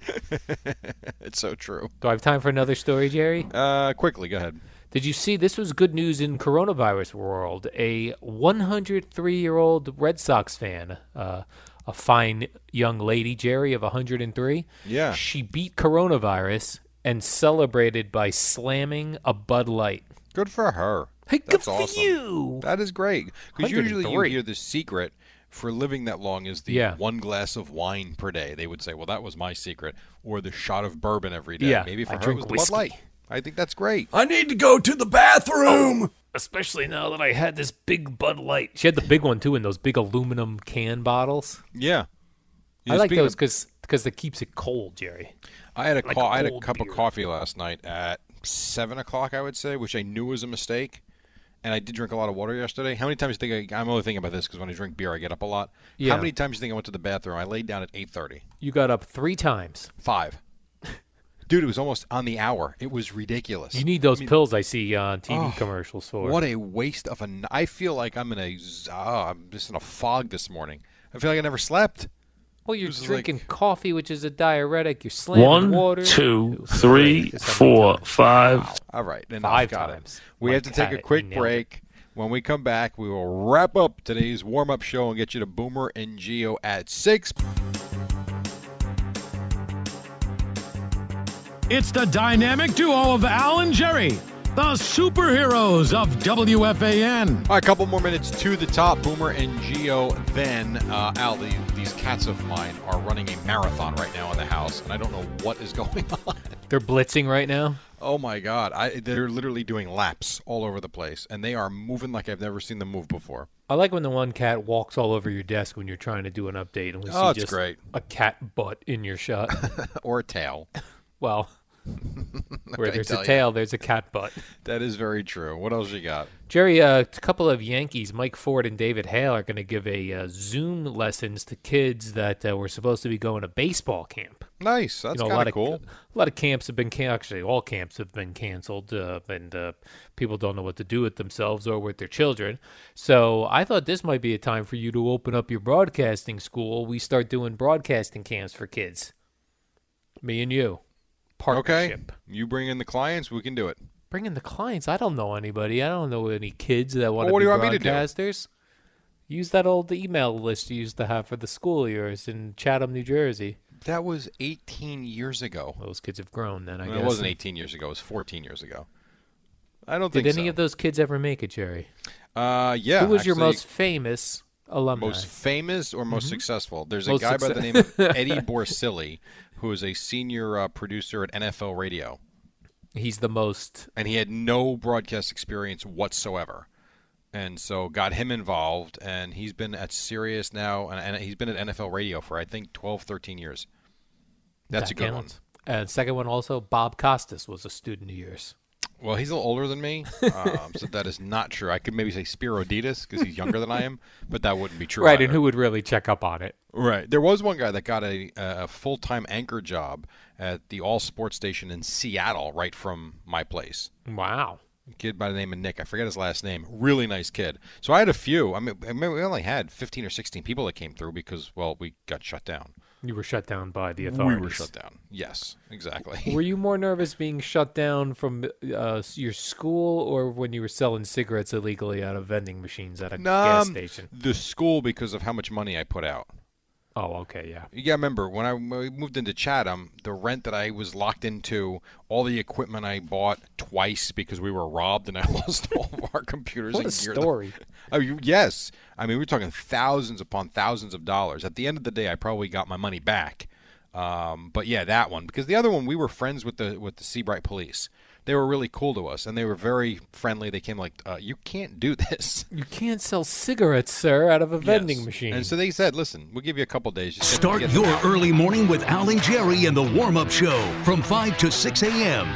S4: It's so true.
S3: Do I have time for another story, Jerry?
S4: Uh, quickly, go ahead.
S3: Did you see this was good news in coronavirus world? A 103 year old Red Sox fan, uh, a fine young lady, Jerry, of 103.
S4: Yeah.
S3: She beat coronavirus and celebrated by slamming a Bud Light.
S4: Good for her.
S3: Hey,
S4: That's
S3: good
S4: awesome.
S3: for you.
S4: That is great. Because usually you
S3: 103.
S4: hear the secret for living that long is the
S3: Yeah.
S4: one glass of wine per day. They would say, well, that was my secret. Or the shot of bourbon every day.
S3: Yeah,
S4: Maybe for
S3: I
S4: her it
S3: drink
S4: was the
S3: whiskey.
S4: Bud Light. I think that's great.
S9: I need to go to the bathroom.
S3: especially now that I had this big Bud Light. She had the big one too in those big aluminum can bottles.
S4: Yeah. You
S3: I
S4: know,
S3: like
S4: speaking
S3: those
S4: of-
S3: because it keeps it cold, Jerry.
S4: I had a
S3: like
S4: co- I had a
S3: cold
S4: cup
S3: beer.
S4: of coffee last night at seven o'clock, I would say, which I knew was a mistake. And I did drink a lot of water yesterday. How many times do you think I, I'm only thinking about this because when I drink beer, I get up a lot.
S3: Yeah.
S4: How many times do you think I went to the bathroom? I laid down at eight thirty.
S3: You got up three times.
S4: Five. Dude, it was almost on the hour. It was ridiculous.
S3: You need those pills I see on TV commercials for.
S4: Oh, What a waste of a. n- I feel like I'm in a. z- ah, I'm just in a fog this morning. I feel like I never slept.
S3: well, you're
S4: this is
S3: drinking
S4: like-
S3: coffee, which is a diuretic. You're slamming
S10: One,
S3: water.
S10: two,
S3: It's
S10: three,
S3: like seven
S10: four,
S3: times.
S10: five.
S4: All right, and
S3: Five
S4: I've got
S3: times.
S4: it. We
S3: My
S4: have to
S3: God,
S4: take
S3: you
S4: a quick
S3: nailed it.
S4: break. When we come back, we will wrap up today's warm-up show and get you to Boomer and Geo at six.
S5: It's the dynamic duo of Al and Jerry, the superheroes of WFAN.
S4: All right, a couple more minutes to the top. Boomer and Geo. Then, uh, Al, the, these cats of mine are running a marathon right now in the house, and I don't know what is going on.
S3: They're blitzing right now.
S4: Oh my God! I, they're literally doing laps all over the place, and they are moving like I've never seen them move before.
S3: I like when the one cat walks all over your desk when you're trying to do an update, and we
S4: Oh, it's
S3: see just
S4: great.
S3: a cat butt in your shot.
S4: or a tail.
S3: well, where
S4: I
S3: there's
S4: tell
S3: a
S4: ya.
S3: tail, there's a cat butt.
S4: That is very true. What else you got?
S3: Jerry, uh, a couple of Yankees, Mike Ford and David Hale, are going to give a uh, Zoom lessons to kids that uh, were supposed to be going to baseball camp.
S4: Nice. That's
S3: you know, a
S4: kind
S3: lot
S4: of
S3: of
S4: cool.
S3: a lot of camps have been can- actually all camps have been canceled, uh, and uh, people don't know what to do with themselves or with their children. So I thought this might be a time for you to open up your broadcasting school. We start doing broadcasting camps for kids. Me and you,
S4: okay,
S3: partnership.
S4: you bring in the clients, we can do it.
S3: Bring in the clients. I don't know anybody. I don't know any kids that want to
S4: Well, what
S3: be
S4: do you want me to do?
S3: broadcasters. Use that old email list you used to have for the school of yours in Chatham, New Jersey.
S4: That was 18 years ago.
S3: Those kids have grown then, I
S4: Well,
S3: guess.
S4: it wasn't 18 years ago. It was 14 years ago. I don't
S3: Did
S4: think
S3: any
S4: so.
S3: of those kids ever make it, Jerry?
S4: uh, yeah.
S3: Who was your
S4: actually,
S3: most famous alumni?
S4: most famous or most successful? There's
S3: Most
S4: a guy by
S3: succe-
S4: the name of Eddie Borsilli, who is a senior uh, producer at NFL Radio,
S3: He's the most.
S4: and he had no broadcast experience whatsoever. And so got him involved, and he's been at Sirius now, and, and he's been at NFL Radio for I think 12, 13 years. That's
S3: that
S4: a good one.
S3: counts. And second one also, Bob Costas was a student of yours.
S4: Well, he's a little older than me, um, so that is not true. I could maybe say Spiro Ditas because he's younger than I am, but that wouldn't be true.
S3: Right,
S4: either.
S3: and who would really check up on it?
S4: Right. There was one guy that got a, a full time anchor job at the all sports station in Seattle, right from my place.
S3: Wow.
S4: A kid by the name of Nick. I forget his last name. Really nice kid. So I had a few. I mean, I mean, we only had 15 or 16 people that came through because, well, we got shut down.
S3: You were shut down by the
S4: We
S3: authorities.
S4: were shut down. Yes, exactly.
S3: Were you more nervous being shut down from uh, your school or when you were selling cigarettes illegally out of vending machines at a gas
S4: Um,
S3: station?
S4: The school because of how much money I put out.
S3: Oh, okay, yeah.
S4: Yeah, I remember when I when we moved into Chatham, the rent that I was locked into, all the equipment I bought twice because we were robbed and I lost all of our computers.
S3: What a
S4: and gear that-
S3: story.
S4: Oh, you, yes. I mean, we're talking thousands upon thousands of dollars. At the end of the day, I probably got my money back. Um, but yeah, that one because the other one we were friends with the with the Seabright police. They were really cool to us and they were very friendly. They came like, uh, "You can't do this."
S3: You can't sell cigarettes, sir, out of a vending
S4: Yes.
S3: machine.
S4: And so they said, "Listen, we'll give you a couple days." Just get-
S9: Start
S4: get them
S9: your
S4: out."
S9: early morning with Al and Jerry and the warm up show from 5 to 6 a.m.